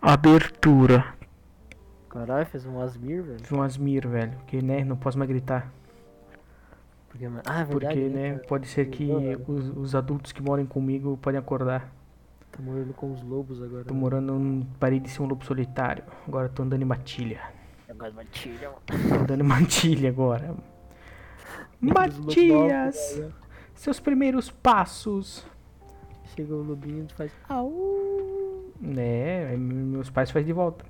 Abertura. Caralho, fez um Asmir, velho. Fiz um Asmir, velho. Que, né, não posso mais gritar. Porque, mano- ah, é verdade. Porque, né, cara? pode ser que Mudou, velho. os, os adultos que moram comigo podem acordar. Tá morando com os lobos agora. né? Tô morando, num- parei de ser um lobo solitário. Agora tô andando em matilha. Agora matilha, mano. Tô andando em matilha agora. Os lobos altos, Matias! velho. Seus primeiros passos. Chega o lobinho e faz. Au! Né, aí me- meus pais fazem de volta.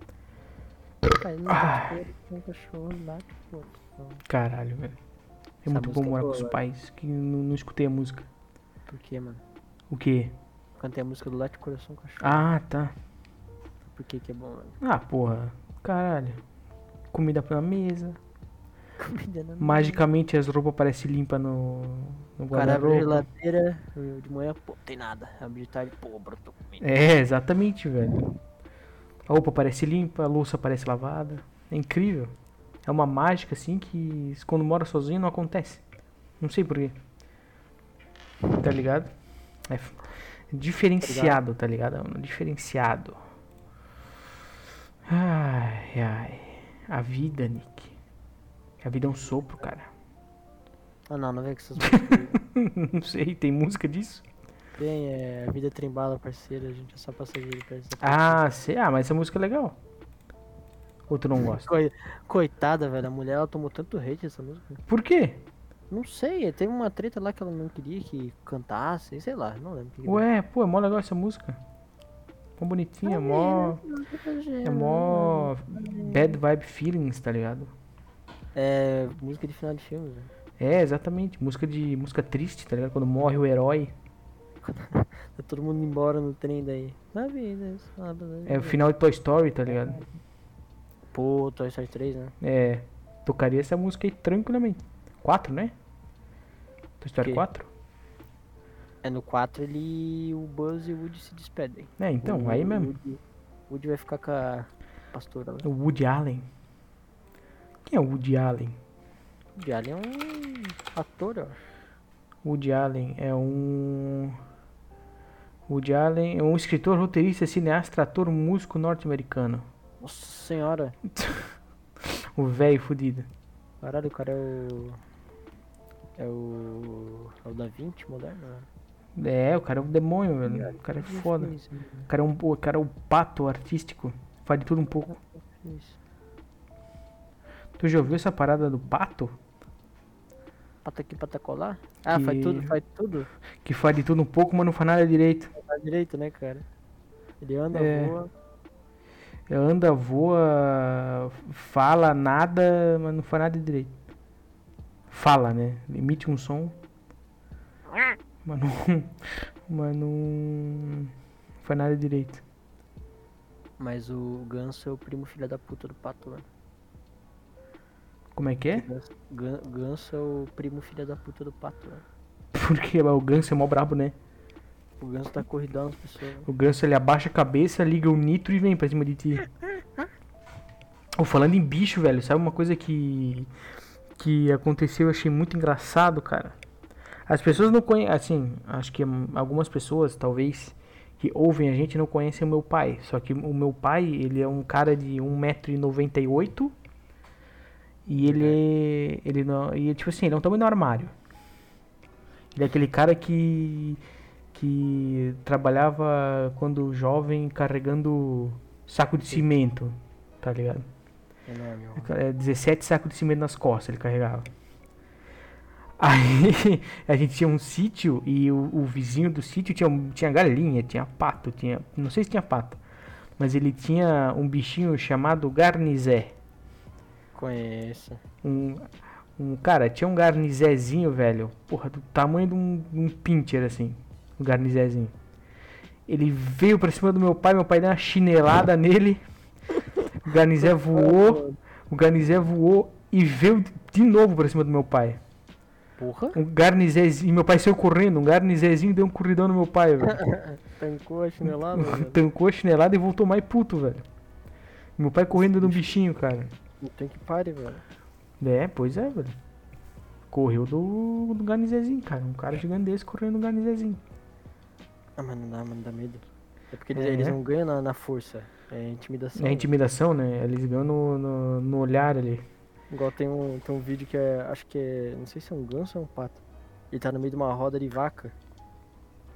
Cara, não tem um cachorro lá, tipo. Caralho, velho. É Essa muito música bom é morar boa, com os velho. pais que não, não escutei a música. Por quê, mano? O quê? Cantei a música do Late Coração Cachorro. Ah, tá. Por que que é bom, mano? Ah, porra. Caralho. Comida na mesa. Comida né, na Magicamente as roupas parecem limpas no, no O cara abre a guarda-roupa. geladeira, eu de manhã, pô, tem nada. Abre de tarde, pô, brotou comida. É, exatamente, velho. A roupa parece limpa, a louça parece lavada. É incrível. É uma mágica assim que quando mora sozinho não acontece. Não sei porquê. Tá ligado? É f- diferenciado, tá ligado? É um Diferenciado. Ai, ai. A vida, Nick. A vida é um sopro, cara. Ah, não, não vem com essas músicas. não sei, tem música disso? Bem, é. A vida é trembala, parceiro. A gente é só passageiro pra essa Ah, sei. Ah, mas essa música é legal. Ou tu não gosta? Coi- Coitada, velho. A mulher, ela tomou tanto hate essa música. Por quê? Não sei, teve uma treta lá que ela não queria que cantasse, sei lá, não lembro. o que que Ué, pô, é mó legal essa música. Mó bonitinha, é mó. deu. É mó. Bad vibe feelings, tá ligado? É, música de final de filme, né? velho. É, exatamente. Música de. Música triste, tá ligado? Quando morre o herói. Tá todo mundo embora no trem daí. Na vida, sabe? É o final de Toy Story, tá ligado? Pô, Toy Story 3, né? É. Tocaria essa música aí tranquilamente. 4, né? Toy Story Que? 4? É no 4 ele. O Buzz e o Woody se despedem. É, então, o, aí o mesmo. Woody, o Woody vai ficar com a pastora lá. O Woody Allen. Quem é o Woody Allen? O Woody Allen é um ator, eu acho. Woody Allen é um. Woody Allen é um escritor, roteirista, cineasta, ator, músico norte-americano. Nossa senhora. O velho fudido. Caralho, o cara é o. É o. É o Da Vinci moderno? né? É, o cara é um demônio, velho. O cara é foda. Isso, O cara é um, o cara é um pato artístico. Faz de tudo um pouco. isso. Tu já ouviu essa parada do pato? Pata aqui, pata colar? Ah, Que- faz tudo, faz tudo. Que faz de tudo um pouco, mas não faz nada direito. Faz direito, né, cara? Ele anda, É. voa. Anda, voa, fala nada, mas não faz nada direito. Fala, né? Emite um som. Mas não. Mas não. Faz nada direito. Mas o ganso é o primo filho da puta do pato, mano. Como é que é? Ganso- gan- Ganso é o primo filho da puta do pato, mano. Porque o ganso é mó brabo, né? O ganso tá corridão nas pessoas. mano. O ganso ele abaixa a cabeça, liga o nitro e vem pra cima de ti. Ou falando em bicho, velho, sabe uma coisa que que aconteceu, eu achei muito engraçado, cara. As pessoas não conhecem, assim, acho que hum, algumas pessoas, talvez, que ouvem a gente não conhecem o meu pai. Só que o meu pai, ele é um cara de 1,98m e ele, ele não, e tipo assim, ele é um tamanho do armário. Ele é aquele cara que que trabalhava quando jovem carregando saco de cimento, tá ligado? Enorme, ó. É, 17 sacos de cimento nas costas ele carregava. Aí a gente tinha um sítio e o, o vizinho do sítio tinha, um- tinha galinha, tinha pato, tinha. Não sei se tinha pato. Mas ele tinha um bichinho chamado garnizé. Conheço. Um, um cara, tinha um garnizézinho, velho. Porra, do tamanho de um, um pincher, assim. Um garnizézinho. Ele veio pra cima do meu pai, meu pai deu uma chinelada nele. O garnizé voou. O garnizé voou e veio de novo pra cima do meu pai. Porra? Um garnizézinho, meu pai saiu correndo, um garnizézinho deu um corridão no meu pai, velho. Tancou a chinelada, velho. Tancou a chinelada e voltou mais puto, velho. Meu pai correndo de um bichinho, cara. Não tem que pare, velho. É, pois é, velho. Correu do, do Garnizezinho, cara. Um cara gigantesco correndo do Garnizezinho. Ah, mas não dá, mano, dá medo. É porque eles, eles não ganham na, na força. É intimidação. É intimidação, né? Eles ganham no, no, no olhar ali. Igual tem um, tem um vídeo que é. Acho que é. Não sei se é um ganso ou é um pato. Ele tá no meio de uma roda de vaca.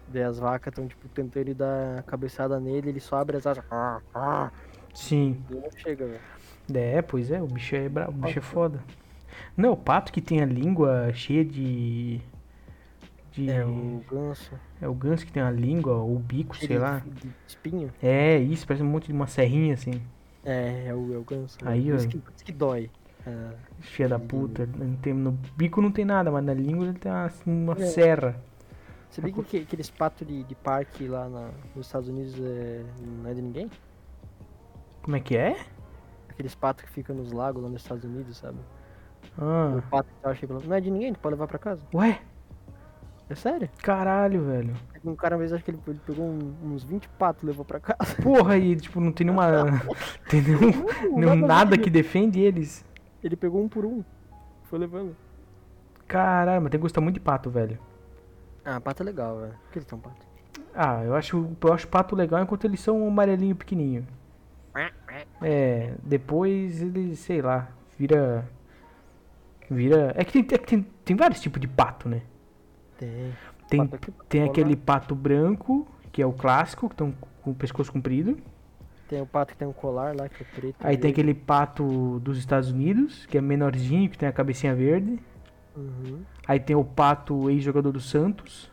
Daí as vacas estão, tipo, tentando ele dar cabeçada nele, ele só abre as asas. Sim. Ele não chega, velho. É, pois é, o bicho é brabo, o bicho é foda. Não, o pato que tem a língua cheia de. de- É o ganso. é o ganso que tem a língua, ou o bico, sei Ele- lá. de espinho. É, isso, parece um monte de uma serrinha assim. É, é o, é o ganso. né? Aí, Por isso ó. que, por isso que dói. É, Cheia da puta. Não tem, no bico não tem nada, mas na língua ele tem uma, assim, uma Uhum. É. serra. Você viu que aqueles patos de, de parque lá na- nos Estados Unidos é, não é de ninguém? Como é que é? Aqueles patos que ficam nos lagos lá nos Estados Unidos, sabe? Ah. O pato que eu achei não é de ninguém, tu pode levar pra casa. Ué, É sério? caralho, velho. Um cara, uma vez, acho que ele, ele pegou um- uns 20 patos e levou pra casa. Porra, e tipo, não tem nenhuma. tem nenhum, nenhum nada a nada ver. que defende eles. Ele pegou um por um. Foi levando. Caralho, mas tem que gostar muito de pato, velho. Ah, pato é legal, velho. Por que eles tão pato? Ah, eu acho, eu acho pato legal enquanto eles são um amarelinho pequenininho. É, depois ele, sei lá, vira. Vira. É que tem, é que tem, tem vários tipos de pato, né? Tem. Tem, Pato aqui, pato tem lá. aquele pato branco, que é o clássico, que estão com o pescoço comprido. Tem o pato que tem um colar lá, que é preto. Aí tem verde. aquele pato dos Estados Unidos, que é menorzinho, que tem a cabecinha verde. Uhum. Aí tem o pato ex-jogador do Santos.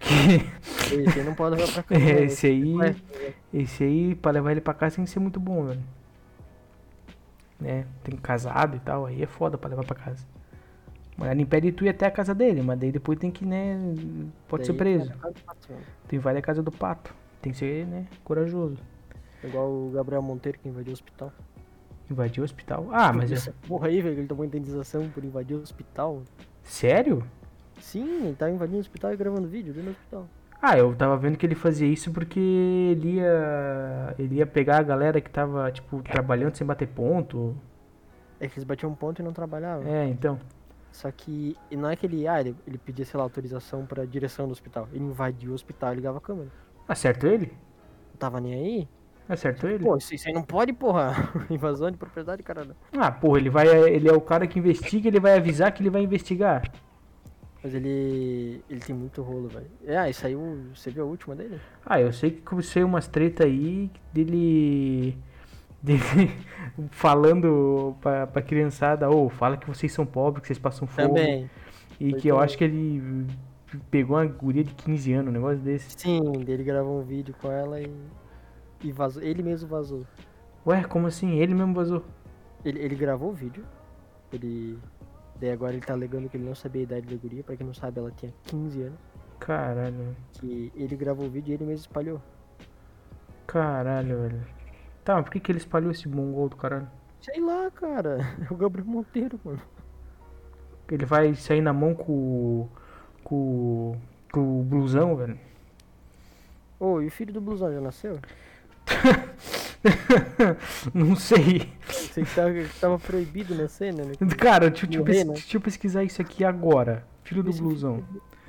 Que é, Esse aí não pode levar pra casa. né? esse aí. Ué, Esse aí, pra levar ele pra casa tem que ser muito bom, velho. Né? Tem casado e tal, aí é foda pra levar pra casa. Mas não impede tu ir até a casa dele, mas daí depois tem que, né? Pode ser daí, preso. cara, é cada pato, mano. Tu invade a casa do pato. Tem que ser, né? Corajoso. É Igual o Gabriel Monteiro que invadiu o hospital. Invadir o hospital. Ah, mas é. essa porra aí, velho, ele tomou indenização por invadir o hospital. Sério? Sim, ele tava invadindo o hospital e gravando vídeo dentro do hospital. Ah, eu tava vendo que ele fazia isso porque ele ia. Ele ia pegar a galera que tava, tipo, trabalhando sem bater ponto. É que eles batiam um ponto e não trabalhavam. É, então. Só que e não é que ele, ah, ele, ele pedia, sei lá, autorização pra direção do hospital. Ele invadiu o hospital e ligava a câmera. Acertou Tá ele? Não tava nem aí? Acertou ele? Pô, isso, isso aí não pode, porra. Invasão de propriedade, caralho. Ah, porra, ele vai. Ele é o cara que investiga, ele vai avisar que ele vai investigar. Mas ele. ele tem muito rolo, velho. É, aí saiu. Você viu a última dele? Ah, eu sei que comecei umas treta aí dele. dele falando pra, pra criançada, ô, fala que vocês são pobres, que vocês passam fome. Também. E Foi que eu também. acho que ele pegou uma guria de 15 anos, um negócio desse. Sim, ele gravou um vídeo com ela e. E vazou. Ele mesmo vazou. Ué, como assim? Ele mesmo vazou. Ele, ele gravou o vídeo. Ele. Daí agora ele tá alegando que ele não sabia a idade da guria. Pra quem não sabe, ela tinha 15 anos. Caralho, Que ele gravou o vídeo e ele mesmo espalhou. caralho, velho. Tá, mas por que, que ele espalhou esse mongol do caralho? Sei lá, cara. É o Gabriel Monteiro, mano. Ele vai sair na mão com. o- com. o- com o blusão, velho. Ô, e o filho do blusão já nasceu? Não sei. Sei que tava, que tava proibido na cena, né? Cara, deixa, eu- deixa eu Morrer, pes- né? deixa eu pesquisar isso aqui agora. Filho do Esse filho- blusão.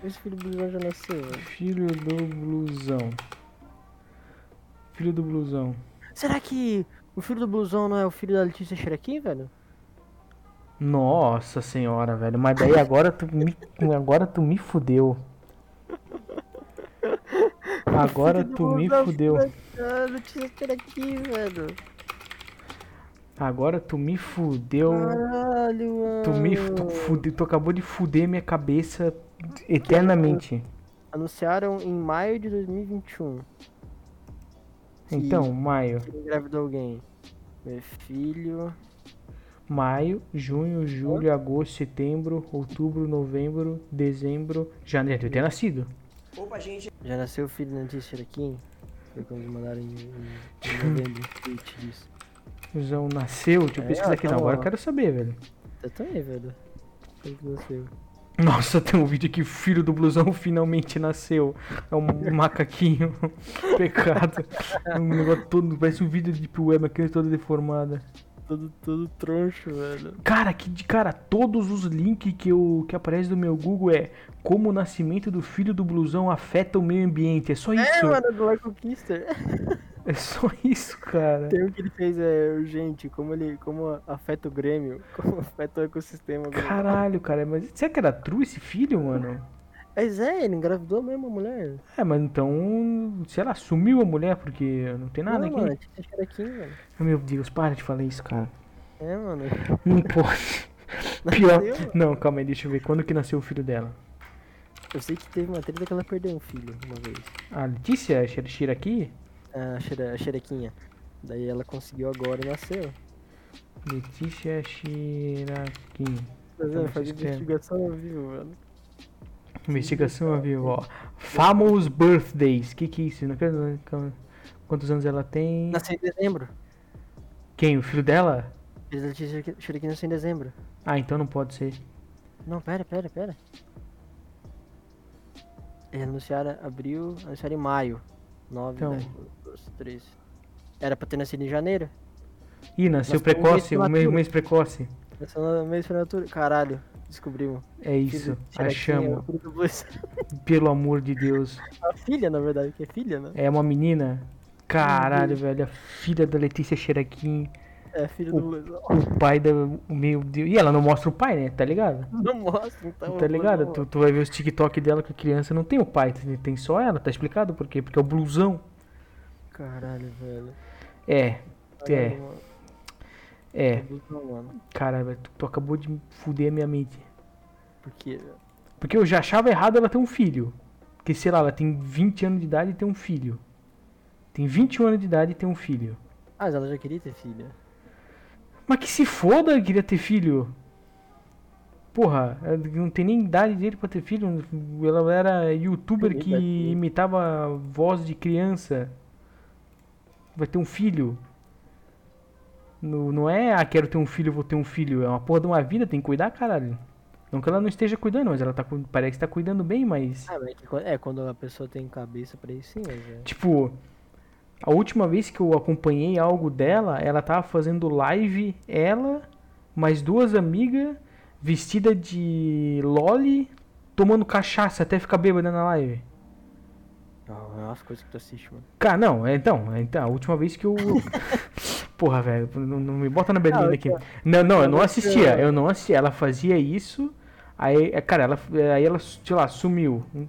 Esse filho do blusão já nasceu, velho. Filho do blusão. Filho do blusão. Será que o filho do blusão não é o filho da Letícia Xerequim, velho? Nossa senhora, velho. Mas daí agora tu me, agora tu me fudeu. Agora tu me fudeu. Ah, Letícia Xerequim, velho. Agora tu me fudeu. Então, Caralho, mano. Tu me Hum. fu- tu fude- tu acabou de fuder minha cabeça eternamente. Anunciaram em maio de 2021 Que- Então, maio, que ele engravidou alguém. Meu filho. maio, junho, julho, agosto, setembro, outubro, novembro, dezembro, janeiro. Deve ter nascido. Já nasceu o filho da Letícia Xerequim? Foi quando eles mandaram em, em, em novembro um tweet disso. Usão nasceu. Deixa eu É, pesquisar aqui. Não, tá agora bom. eu quero saber, velho. Eu também, velho. Ele nasceu. Nossa, tem um vídeo aqui. Filho do blusão finalmente nasceu. É um macaquinho. Pecado. Um negócio todo. Parece um vídeo de Deep Web. Aquele todo deformada. todo, todo troncho, velho. Cara, que de cara, todos os links que, eu, que aparece do meu Google é como o nascimento do filho do blusão afeta o meio ambiente. É só É, isso. mano, do War Conquister. É só isso, cara. Tem um que ele fez, é urgente, como ele como afeta o Grêmio, como afeta o ecossistema. Grêmio. Caralho, cara, mas será que era true esse filho, mano? Mas é, ele engravidou mesmo a mulher. É, mas então, sei lá, sumiu a mulher porque não tem nada não, aqui. mano, tinha que achar aqui, mano. Meu Deus, para de falar isso, cara. É, mano. Não pode. Pior. Nasceu, mano. Não, calma aí, deixa eu ver. Quando que nasceu o filho dela? Eu sei que teve uma treta que ela perdeu um filho uma vez. É, A Letícia a Xerxira aqui? A, xere, a xerequinha. Daí ela conseguiu agora e nasceu. Letícia Shiraki. Mas Então, é, faz vocês têm- investigação ao vivo, mano. Investigação ao vivo, ó. Famous Birthdays. Que que é isso? Não quero... Quantos anos ela tem? Nasceu em dezembro. Quem? O filho dela? Fez a Letícia Xere- xerequinha nasceu em dezembro. Ah, então não pode ser. Não, pera, pera, pera. Eles anunciaram abril, anunciaram em maio. 9, Então. 10, 12, 13. Era pra ter nascido em janeiro? Ih, nasceu Nasceu precoce, um mês um mês, prematuro. mês precoce. Nasceu no mês prematura. Caralho, descobrimos. É isso, Xerequinha, o achamos. filho do Blues. Pelo amor de Deus. A filha, na verdade, que é filha, né? É uma menina? Uhum. Caralho, velho. A filha da Letícia Xeraquim. É a filha O- do Blues. O pai da. Meu Deus. E ela não mostra o pai, né? Tá ligado? Não mostra, então. Tá eu vou- ligado? Tu, tu vai ver os TikTok dela que a criança não tem o pai, tem tem só ela, tá explicado por quê? Porque é o blusão. Caralho, velho. É, É. Mano, é. Não, mano. Cara, velho, tu, tu acabou de fuder a minha mente. Porque. Porque eu já achava errado ela ter um filho. Porque, sei lá, ela tem 20 anos de idade e tem um filho. Tem 21 anos de idade e tem um filho. Ah, mas ela já queria ter filha. Mas que se foda, eu queria ter filho. Porra, ela não tem nem idade dele pra ter filho. Ela era youtuber que Verdade. imitava voz de criança. Vai ter um filho. Não, não é, ah, quero ter um filho, vou ter um filho. É uma porra de uma vida, tem que cuidar, caralho. Não que ela não esteja cuidando, mas ela tá, cu- parece que tá cuidando bem, mas. Ah, mas é que quando- é quando a pessoa tem cabeça pra isso, sim, mas é. Tipo, a última vez que eu acompanhei algo dela, ela tava fazendo live, ela, mais duas amigas, vestida de loli, tomando cachaça até ficar bêbada na live. Não, é umas coisas que tu assiste, mano. Cara, não, é, então, é, então, a última vez que eu. Porra, velho, não, não me bota na berlinda Ah, aqui. Não, não, eu não eu- assistia, é. eu não assistia. Ela fazia isso, aí, é, cara, ela, aí ela, sei lá, sumiu. Hum,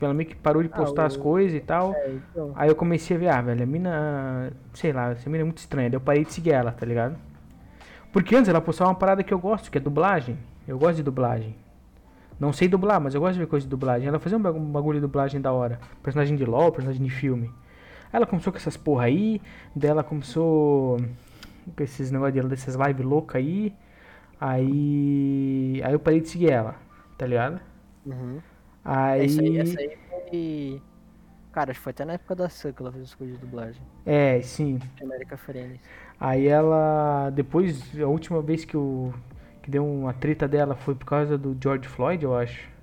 Ela meio que parou de Ah, postar as o- coisas e tal. É, então. Aí eu comecei a ver, ah, velho, a mina, sei lá, essa mina é muito estranha. Daí eu parei de seguir ela, tá ligado? Porque antes ela postava uma parada que eu gosto, que é dublagem. Eu gosto de dublagem. Não sei dublar, mas eu gosto de ver coisa de dublagem. Ela fazia um bagu- um bagulho de dublagem da hora. Personagem de LOL, personagem de filme. Aí Ela começou com essas porra aí, daí ela começou com esses negócios dela, dessas lives loucas aí. Aí. Aí eu parei de seguir ela, tá ligado? Uhum. Aí. Essa aí, essa aí foi. Cara, acho que foi até na época da Sun que ela fez as coisas de dublagem. É, sim. América Frenes. Aí ela, depois, a última vez que eu, que deu uma treta dela foi por causa do George Floyd, eu acho.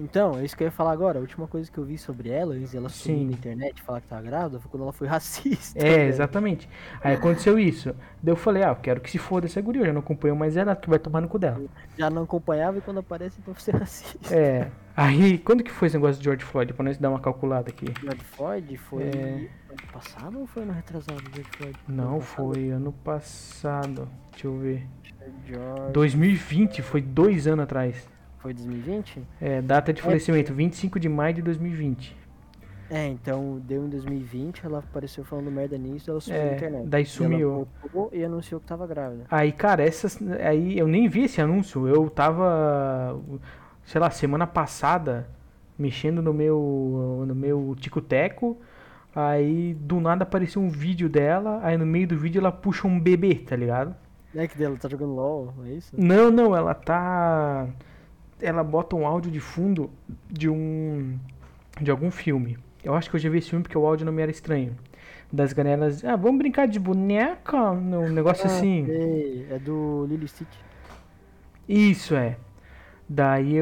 Então, é isso que eu ia falar agora. A última coisa que eu vi sobre ela, antes dela Sim. sumir na internet e falar que tava grávida, foi quando ela foi racista. É, velho. exatamente. Aí aconteceu isso. Daí eu falei, ah, eu quero que se foda essa guria, eu já não acompanho mais ela, que vai tomar no cu dela. Já não acompanhava e quando aparece, então você é racista. É, aí, quando que foi esse negócio do George Floyd? Pra nós dar uma calculada aqui. George Floyd foi É. ano passado ou foi no retrasado? George Floyd? Não, Ano passado? foi ano passado, deixa eu ver. George... 2020, foi dois anos atrás. Foi 2020? É, data de falecimento, 25 de maio de 2020. É, então deu em 2020, ela apareceu falando merda nisso, ela sumiu É, na internet. daí E sumiu. Ela voltou e anunciou que tava grávida. Aí, cara, essas. Aí eu nem vi esse anúncio. Eu tava. Sei lá, semana passada, mexendo no meu. no meu tico-teco. Aí do nada apareceu um vídeo dela. Aí no meio do vídeo ela puxa um bebê, tá ligado? Não é que dela tá jogando LOL, não é isso? Não, não, ela tá. Ela bota um áudio de fundo de um. de algum filme. Eu acho que eu já vi esse filme porque o áudio não me era estranho. Das ganelas. Ah, vamos brincar de boneca? Um Ah, negócio assim. É, é do Lily Stitch. Isso é. Daí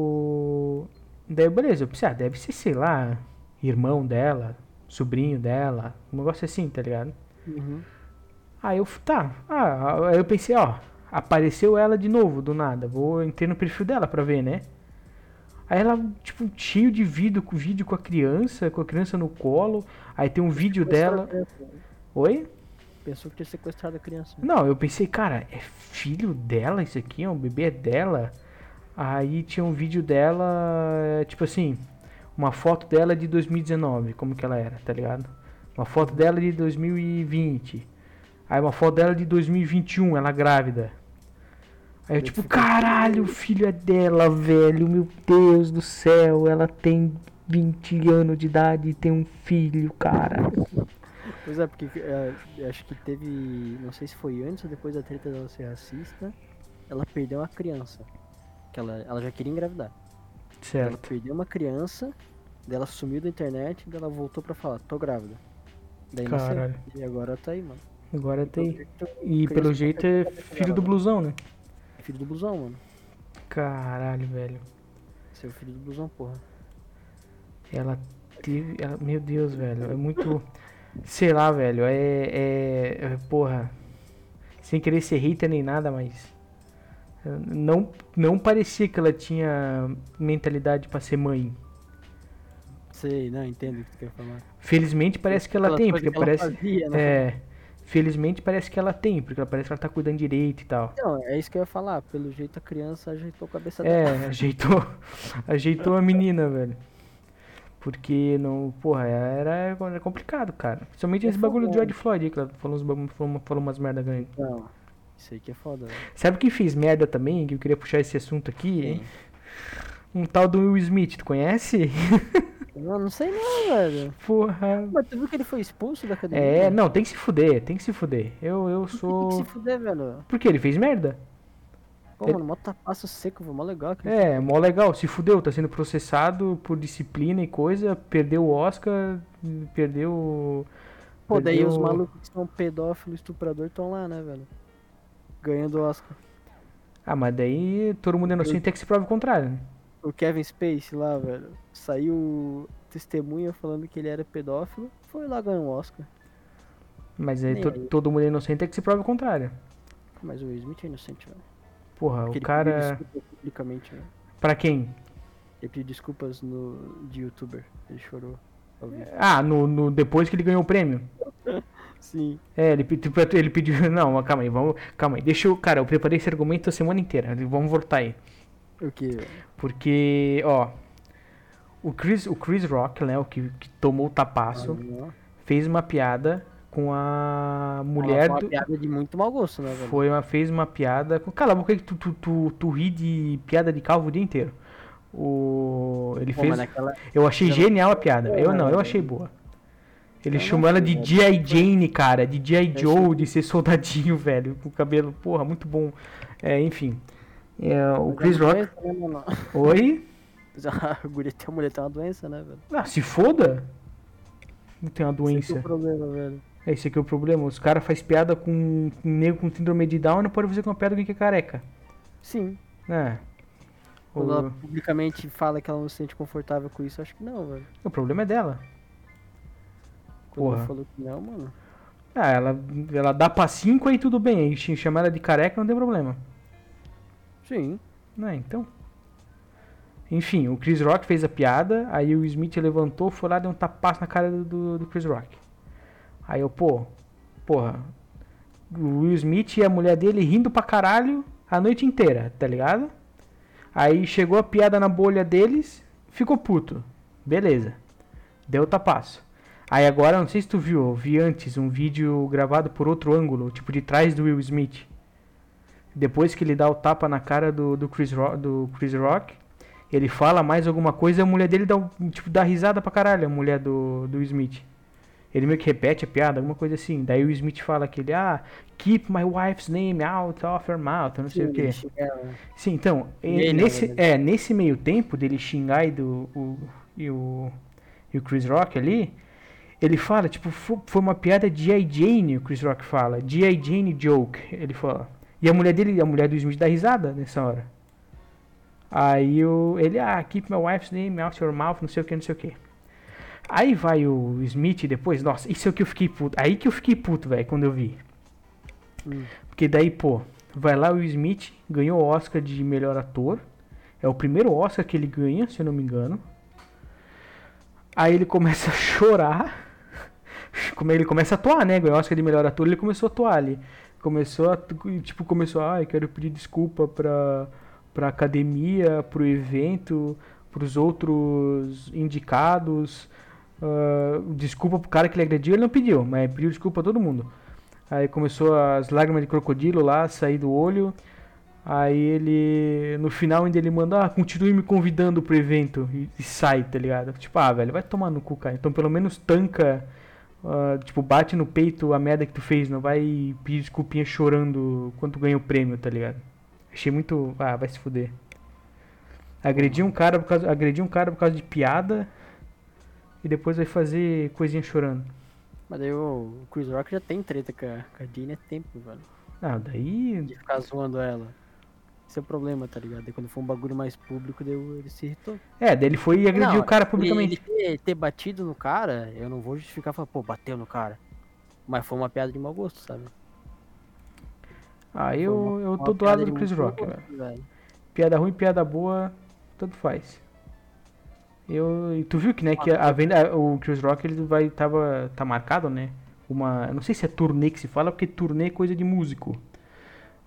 eu. Daí beleza, eu pensei, ah, deve ser, sei lá, irmão dela, sobrinho dela, um negócio assim, tá ligado? Aí eu, f- tá. Ah, aí eu pensei, ó, apareceu ela de novo, do nada. Vou entrei no perfil dela pra ver, né? Aí ela, tipo, cheio de vídeo, com- vídeo com a criança, com a criança no colo. Aí tem um vídeo dela. Oi? Pensou que tinha sequestrado a criança. Não, eu pensei, cara, é filho dela isso aqui? É um bebê dela? Aí tinha um vídeo dela, tipo assim, uma foto dela de 2019, como que ela era, tá ligado? Uma foto dela de 2020. Aí uma foto dela de 2021, ela grávida. Aí eu tipo, caralho, o filho é dela, velho, meu Deus do céu, ela tem 20 anos de idade e tem um filho, cara. Pois é, porque é, acho que teve. Não sei se foi antes ou depois da treta dela ser racista. Ela perdeu uma criança. Que ela, ela já queria engravidar. Ela Certo. perdeu uma criança, daí ela sumiu da internet, daí ela voltou pra falar, tô grávida. Daí nasceu. Caralho. E agora tá aí, mano. Agora tem. Pelo jeito, E criança pelo não jeito tem é como filho ela do não- blusão, né? é Filho do blusão, mano. Caralho, velho. Seu filho do blusão, porra. Ela teve. ela- meu Deus, velho. É muito. Sei lá, velho. É, é- é- Porra. Sem querer ser hater nem nada, mas. eh, Não, não parecia que ela tinha mentalidade pra ser mãe. Sei, não, entendo o que tu quer falar. Felizmente parece que ela Aquelas tem, coisas porque que ela parece. fazia, né? É. Felizmente parece que ela tem, porque ela parece que ela tá cuidando direito e tal. Não, é isso que eu ia falar. Pelo jeito a criança ajeitou a cabeça dela. É, ajeitou, ajeitou a menina, velho. Porque não, porra, era, era complicado, cara. Principalmente É esse bagulho do foda. George Floyd aí, que ela falou, uns bagulho- falou, uma- falou umas merda grande. Não, isso aí que é foda. velho. Sabe quem fez merda também, que eu queria puxar esse assunto aqui, hein? Um tal do Will Smith, tu conhece? Não, não sei não, velho. Porra. Mas tu viu que ele foi expulso da academia? É, não, tem que se fuder, tem que se fuder. Eu, eu Por que Tem que se sou... fuder, velho. Porque ele fez merda. Pô, Ele- mano, mó tapaço seco, velho. Mó legal. aquele É, mó legal, se fudeu, tá sendo processado por disciplina e coisa, perdeu o Oscar, perdeu... Pô, daí perdeu- os malucos que são pedófilo, estuprador, estão lá, né, velho? Ganhando Oscar. Ah, mas daí todo mundo é inocente até que se prove o contrário. né? O Kevin Space lá, velho, saiu testemunha falando que ele era pedófilo, foi lá ganhar um Oscar. Mas aí Nem to- aí. todo mundo é inocente até que se prove o contrário. Mas o Will Smith é inocente, velho. Porra, o Porque ele cara. é- pediu desculpas publicamente, velho. Pra quem? Ele pediu desculpas no... de youtuber. Ele chorou. ao vivo. Ah, no, no- depois que ele ganhou o prêmio. Sim. É, ele, pe- tipo, ele pediu. Não, mas calma aí, vamos. Calma aí. Deixa eu. Cara, eu preparei esse argumento a semana inteira. Vamos voltar aí. O que, velho? Porque, ó. O Chris, o Chris Rock, né? O que, que tomou o tapaço, Ah, fez uma piada com a mulher Foi uma do. piada de muito mau gosto, né, velho? Foi uma, fez uma piada. com- Cala a boca que tu, tu, tu, tu ri de piada de calvo o dia inteiro. O, ele Pô, fez. mas é naquela... Eu achei eu- genial a piada. Eu não, eu achei boa. Ele chamou ela de né? G.I. Jane, cara, de G.I. Eu Joe, achei- de ser soldadinho, velho, com o cabelo, porra, muito bom. É, enfim. É, o mas Chris é uma Rock. doença, né, mano? Oi? A guria tem a mulher tem uma doença, né, velho? Ah, se foda! Não tem uma Esse que é doença. o problema, velho. É, esse aqui é o problema. Os caras fazem piada com com nego com síndrome de Down e não pode fazer com uma piada com quem que é careca. Sim. É. Quando O- ela publicamente fala que ela não se sente confortável com isso, acho que não, velho. O problema é dela. Quando Porra. ela falou que não, mano. Ah, ela, ela dá pra 5 aí tudo bem. Aí ch- chamar ela de careca não tem problema. Sim. Né, então. Enfim, o Chris Rock fez a piada, aí o Smith levantou, foi lá, deu um tapaço na cara do- do, do Chris Rock. Aí eu, pô, porra. O Will Smith e a mulher dele rindo pra caralho a noite inteira, tá ligado? Aí chegou a piada na bolha deles, ficou puto. Beleza. Deu o tapaço. Aí agora, não sei se tu viu, eu vi antes um vídeo gravado por outro ângulo, tipo de trás do Will Smith. Depois que ele dá o tapa na cara do, do, Chris, Rock, do Chris Rock, ele fala mais alguma coisa e a mulher dele dá, um- tipo, dá risada pra caralho, a mulher do, do Will Smith. Ele meio que repete a piada, alguma coisa assim. Daí o Will Smith fala que ele, ah, keep my wife's name out of your mouth, eu não sei o quê. Sim, então, e- Ele, na nesse, verdade. é, nesse meio tempo dele xingar e, do, o, e, o, e o Chris Rock ali, ele fala, tipo, fo- foi uma piada de G.I. Jane, o Chris Rock fala, G.I. Jane joke, ele fala. E a mulher dele, a mulher do Smith dá risada nessa hora. Aí o, ele, ah, keep my wife's name out your mouth, não sei o que, não sei o que. Aí vai o Smith depois, nossa, isso é o que eu fiquei puto, aí que eu fiquei puto, velho, quando eu vi. Porque daí, pô, vai lá o Will Smith, ganhou o Oscar de melhor ator. É o primeiro Oscar que ele ganha, se eu não me engano. Aí ele começa a chorar. Como ele começa a atuar, né? Ganhou o Oscar de melhor ator, ele começou a atuar ali. Começou a, tipo, começou, ai, quero pedir desculpa pra, pra academia, pro evento, pros outros indicados. Ah, desculpa pro cara que ele agrediu, ele não pediu, mas pediu desculpa a todo mundo. Aí começou as lágrimas de crocodilo lá a sair do olho. Aí ele, no final ainda ele manda, ah, continue me convidando pro evento e, e sai, tá ligado? Tipo, ah, velho, vai tomar no cu, cara. Então pelo menos tanca, ah, tipo, bate no peito a merda que tu fez, não vai pedir desculpinha chorando quando tu ganha o prêmio, tá ligado? Achei muito, ah, vai se fuder. Agredi um cara por causa, agredi um cara por causa de piada e depois vai fazer coisinha chorando. Mas daí o o Chris Rock já tem treta com a, com a Jean há tempo, velho. Ah, daí, De ficar zoando ela. Esse é o problema, tá ligado? Daí quando for um bagulho mais público, daí o- ele se irritou. é, daí ele foi e agrediu Não, o cara Ele, publicamente. ele ter, ter batido no cara, eu não vou justificar falar, pô, bateu no cara. Mas foi uma piada de mau gosto, sabe? Ah, Foi eu, uma- eu uma tô do piada lado de um do Chris mau Rock, gosto, velho. Piada ruim, piada boa, tanto faz. Eu, e tu viu que, né, que a venda, o Chris Rock, ele vai, tava, tá marcado, né, uma, eu não sei se é turnê que se fala, porque turnê é coisa de músico,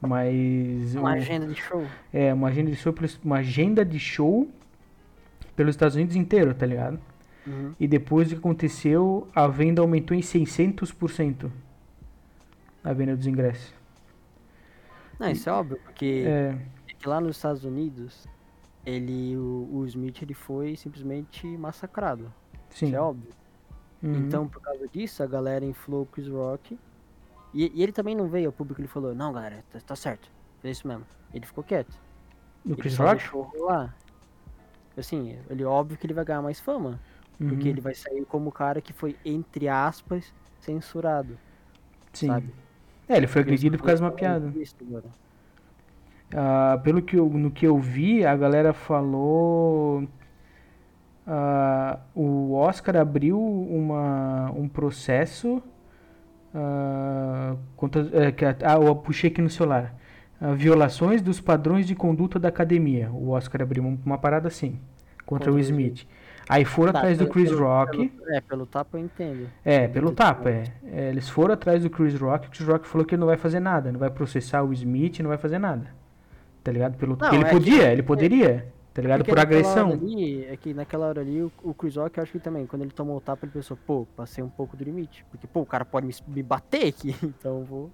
mas, Uma o- agenda de show. é, uma agenda de show, pelos- uma agenda de show pelos Estados Unidos inteiro, tá ligado? Uhum. E depois do que aconteceu, a venda aumentou em 600%, a venda dos ingressos. Não, isso é óbvio, porque É, é que lá nos Estados Unidos, ele, o, o Smith, ele foi simplesmente massacrado. sim. Isso é óbvio. Uhum. Então, por causa disso, a galera inflou o Chris Rock. E, e ele também não veio ao público, ele falou, não, galera, tá, tá certo. É isso mesmo. Ele ficou quieto. do ele Chris só Rock? deixou rolar. Assim, ele óbvio que ele vai ganhar mais fama. Uhum. Porque ele vai sair como o cara que foi, entre aspas, censurado. Sim. sabe? É, ele foi agredido por causa de uma Eles falam piada. isso agora. Ah, pelo que eu, no que eu vi, a galera falou. ah, o Oscar abriu uma, um processo. ah, contra, é, que a- ah, eu puxei aqui no celular. Ah, violações dos padrões de conduta da academia. O Oscar abriu uma, uma parada assim. Contra Contra o o Smith. Aí foram Tá, atrás do pelo- Chris pelo- Rock. pelo- é, pelo tapa eu entendo. É, pelo tapa, é. É, Eles foram atrás do Chris Rock, o Chris Rock falou que ele não vai fazer nada, não vai processar o Smith, não vai fazer nada. Tá ligado? Pelo Não, ele é podia, ele poderia, tá ligado? Porque Por naquela hora agressão. Ali, é que naquela hora ali, o, o Chris Rock, eu acho que também, quando ele tomou o tapa, ele pensou, pô, passei um pouco do limite. Porque, pô, o cara pode me, me bater aqui, então eu vou...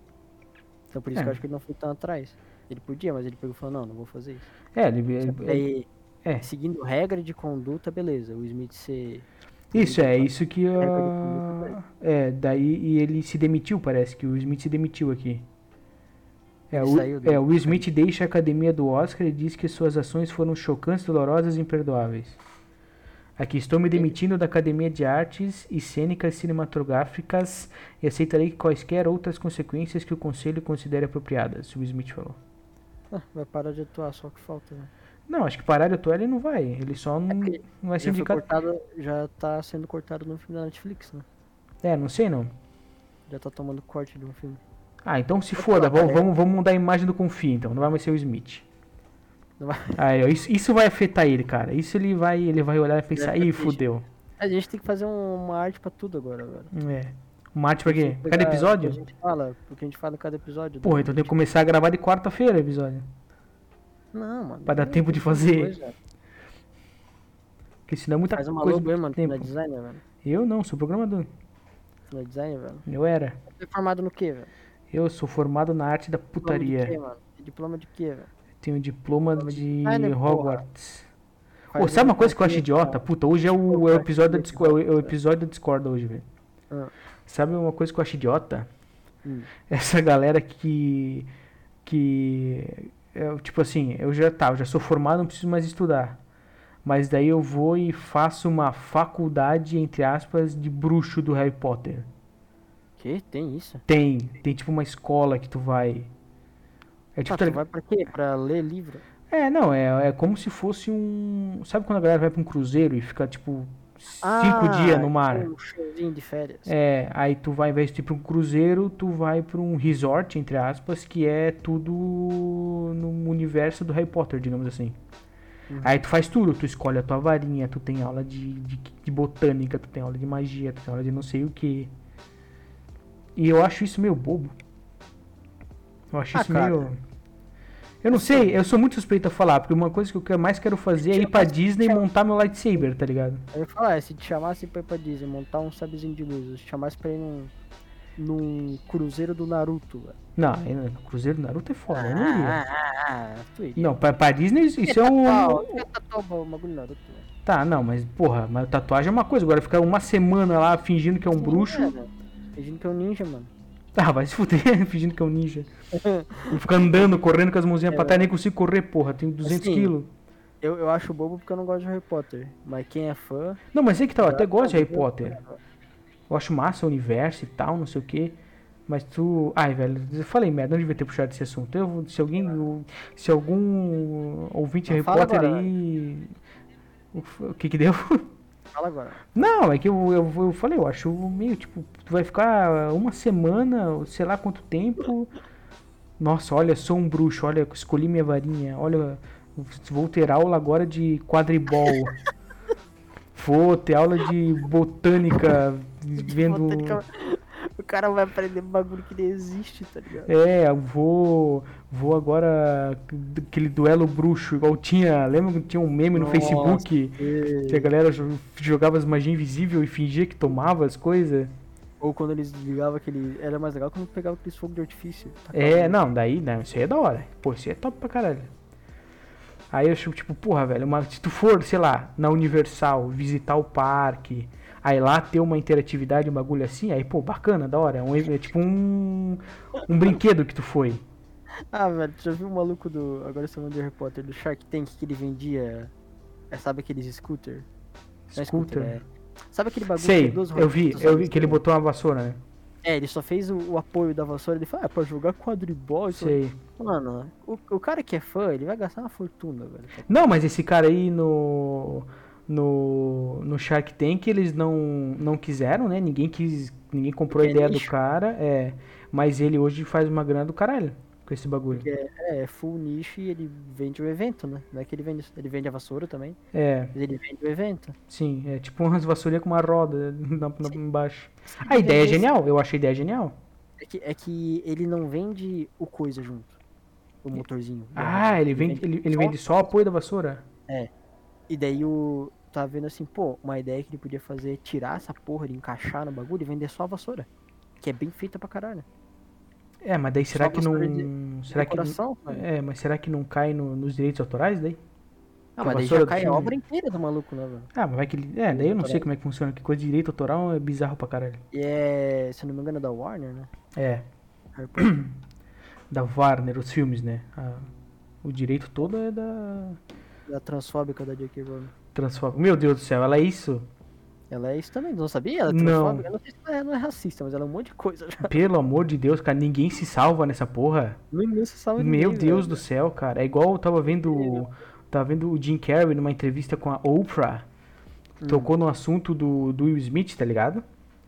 Então por isso É. que eu acho que ele não foi tão atrás. Ele podia, mas ele pegou e falou, não, não vou fazer isso. É, ele, ele- Aí, é. Seguindo regra de conduta, beleza. O Smith ser... isso é isso que ele- ah, é, daí e ele se demitiu, parece que o Smith se demitiu aqui. É, Ele o, saiu do- é, o Smith deixa a academia do Oscar e diz que suas ações foram chocantes, dolorosas e imperdoáveis. Aqui estou me demitindo da Academia de Artes e Cênicas Cinematográficas e aceitarei quaisquer outras consequências que o Conselho considere apropriadas, o Smith falou. Ah, vai parar de atuar, só que falta, né? Não, acho que parar de atuar ele não vai. Ele só não, porque não vai ser Já, foi indicado. cortado, já tá sendo cortado no filme da Netflix, né? É, não sei não. Já tá tomando corte de um filme. Ah, então se foda, falar, vamos, cara. vamos, vamos mudar a imagem do Confia, então. Não vai mais ser o Smith. Não vai. Ah, é, isso, isso vai afetar ele, cara. Isso ele vai, ele vai olhar e pensar, Vai ih, ficar triste." fudeu. A gente tem que fazer um- uma arte pra tudo agora, velho. É. Mate pra quê? Cada Pegar O que episódio? a gente fala, o que a gente fala em cada episódio. né? Porra, então tem que começar a gravar de quarta-feira o episódio. Não, mano. Pra dar não, tempo de tem fazer coisa. Porque senão é muita Faz uma coisa. logo aí, mano. Tu tempo. não é designer, velho. Eu não, sou programador. Tu não é designer, velho. Eu era. Tu é formado no quê, velho? Eu sou formado na arte da Diploma de quê, putaria. mano? É Diploma de quê, velho? Tenho diploma de designer, é, né, porra. Hogwarts. Ô, Faz sabe uma um coisa que eu acho cursinho, idiota? cara. Puta, hoje é o, Pô, é o faz episódio da um Discord, é o- é o episódio. episódio da Discord hoje, velho. Ah. Sabe uma coisa que eu acho idiota? Hum. Essa galera que. que. é, tipo assim, eu já tá, eu já sou formado, não preciso mais estudar. Mas daí eu vou e faço uma faculdade, entre aspas, de bruxo do Harry Potter. Que? Tem isso? Tem, tem tipo uma escola que tu vai. É tipo. tá Ah, tu ligado? vai pra quê? Pra ler livro? É, não, é, é como se fosse um. Sabe quando a galera vai pra um cruzeiro e fica, tipo, Ah, cinco dias no mar. Um showzinho de férias. É, aí tu vai, ao invés de ir pra um cruzeiro, tu vai pra um resort, entre aspas, que é tudo no universo do Harry Potter, digamos assim. Aí tu faz tudo, tu escolhe a tua varinha, tu tem aula de, de, de botânica, tu tem aula de magia, tu tem aula de não sei o que. E eu acho isso meio bobo. Eu acho Ah, isso cara. meio. Eu não sei, eu sou muito suspeito a falar, porque uma coisa que eu que- mais quero fazer é ir pra Disney e montar meu lightsaber, tá ligado? Eu ia falar, é, se te chamasse pra ir pra Disney, montar um sabezinho de luz, se te chamasse pra ir num, num cruzeiro do Naruto, velho. Não, aí não, Cruzeiro do Naruto é foda, eu não iria. Ah, tu iria. Não, pra, pra Disney isso isso é Tatuar- um. fica tatuar o bagulho do Naruto, velho. Tá, não, mas porra, mas tatuagem é uma coisa, agora ficar uma semana lá fingindo que é um bruxo. É, velho. Fingindo que é um ninja, mano. Ah, vai se fuder, fingindo que é um ninja. E fica andando, correndo com as mãozinhas pra trás, nem consigo correr, porra, tenho 200 Assim. quilos. Eu, eu acho bobo porque eu não gosto de Harry Potter. Mas quem é fã. Não, mas é que tá, eu até gosto de Harry Potter. Eu acho massa o universo e tal, não sei o quê. Mas tu. Ai, velho, eu falei merda, eu não devia ter puxado esse assunto. Eu, se alguém. eu- se algum ouvinte de Não, Harry fala Potter agora, aí. O f- O que que deu? Fala agora. Não, é que eu, eu, eu falei, eu acho meio tipo, tu vai ficar uma semana, sei lá quanto tempo. Nossa, olha, sou um bruxo, olha, escolhi minha varinha, olha, vou ter aula agora de quadribol. vou ter aula de botânica, Tipo, vendo. O cara vai aprender um bagulho que nem existe, tá ligado? É, eu vou. Vou agora. Aquele duelo bruxo, igual tinha. Lembra que tinha um meme no Nossa. Facebook que a galera jo- jogava as magias invisíveis e fingia que tomava as coisas? Ou quando eles ligavam aquele. Era mais legal quando pegava aqueles fogos de artifício. Tacava É, no- não, daí, não, isso aí é da hora. Pô, isso aí é top pra caralho. Aí eu acho, tipo, porra, velho, uma- se tu for, sei lá, na Universal, visitar o parque, aí lá ter uma interatividade, um bagulho assim, aí, pô, bacana, da hora. É, um, é tipo um, um brinquedo que tu foi. Ah, velho, tu já viu o maluco do. Agora eu sou falando de Harry Potter, do Shark Tank que ele vendia. É, sabe aqueles scooter? Não é Scooter. é- Sabe aquele bagulho que Sei, tem duas eu rodinhas, vi, tu só eu vi que ele gira? botou uma vassoura, né? É, ele só fez o, o apoio da vassoura, ele falou, ah, pra jogar quadribol, isso aí. Sei. Mano, o, o cara que é fã, ele vai gastar uma fortuna, velho. Não, mas esse cara aí no. No, no Shark Tank eles não, não quiseram, né? Ninguém quis. Ninguém comprou a Porque é ideia do nicho. cara. É. Mas ele hoje faz uma grana do caralho com esse bagulho. É, é full niche e ele vende o evento, né? Não é que ele vende. Ele vende a vassoura também, É, mas ele vende o evento. sim. É tipo umas vassourinhas com uma roda na, na, embaixo. A ideia é genial, eu acho a ideia genial. É que, é que ele não vende o coisa junto. O motorzinho. Ah, ele vende, ele, ele vende só o apoio da vassoura? E daí o. Tá vendo assim, pô, uma ideia que ele podia fazer é tirar essa porra, de encaixar no bagulho e vender só a vassoura. Que é bem feita pra caralho. É, mas daí será Só que vassoura não. Será que não. Decoração, né? mano. É, mas será que não cai no- nos direitos autorais daí? Ah, mas daí vassoura já do cai a filme. obra inteira do maluco, né, velho? Ah, mas vai que. ele- É, daí eu não sei como é que funciona. Que coisa de direito autoral é bizarro pra caralho. E é. Se eu não me engano, é da Warner, né? É, Harry Potter. da Warner, os filmes, né? A- o direito todo é da. da transfóbica da J.K. Rowling. Transforma. Meu Deus do céu, ela é isso? Ela é isso também, não sabia? Ela é Não. transfóbica. Eu não sei se ela é- não é racista, mas ela é um monte de coisa. Pelo amor de Deus, cara, ninguém se salva nessa porra. Não se sabe Meu Deus do céu, cara. É igual eu tava vendo. Tava vendo o Jim Carrey numa entrevista com a Oprah. Hum. Tocou no assunto do, do Will Smith, tá ligado?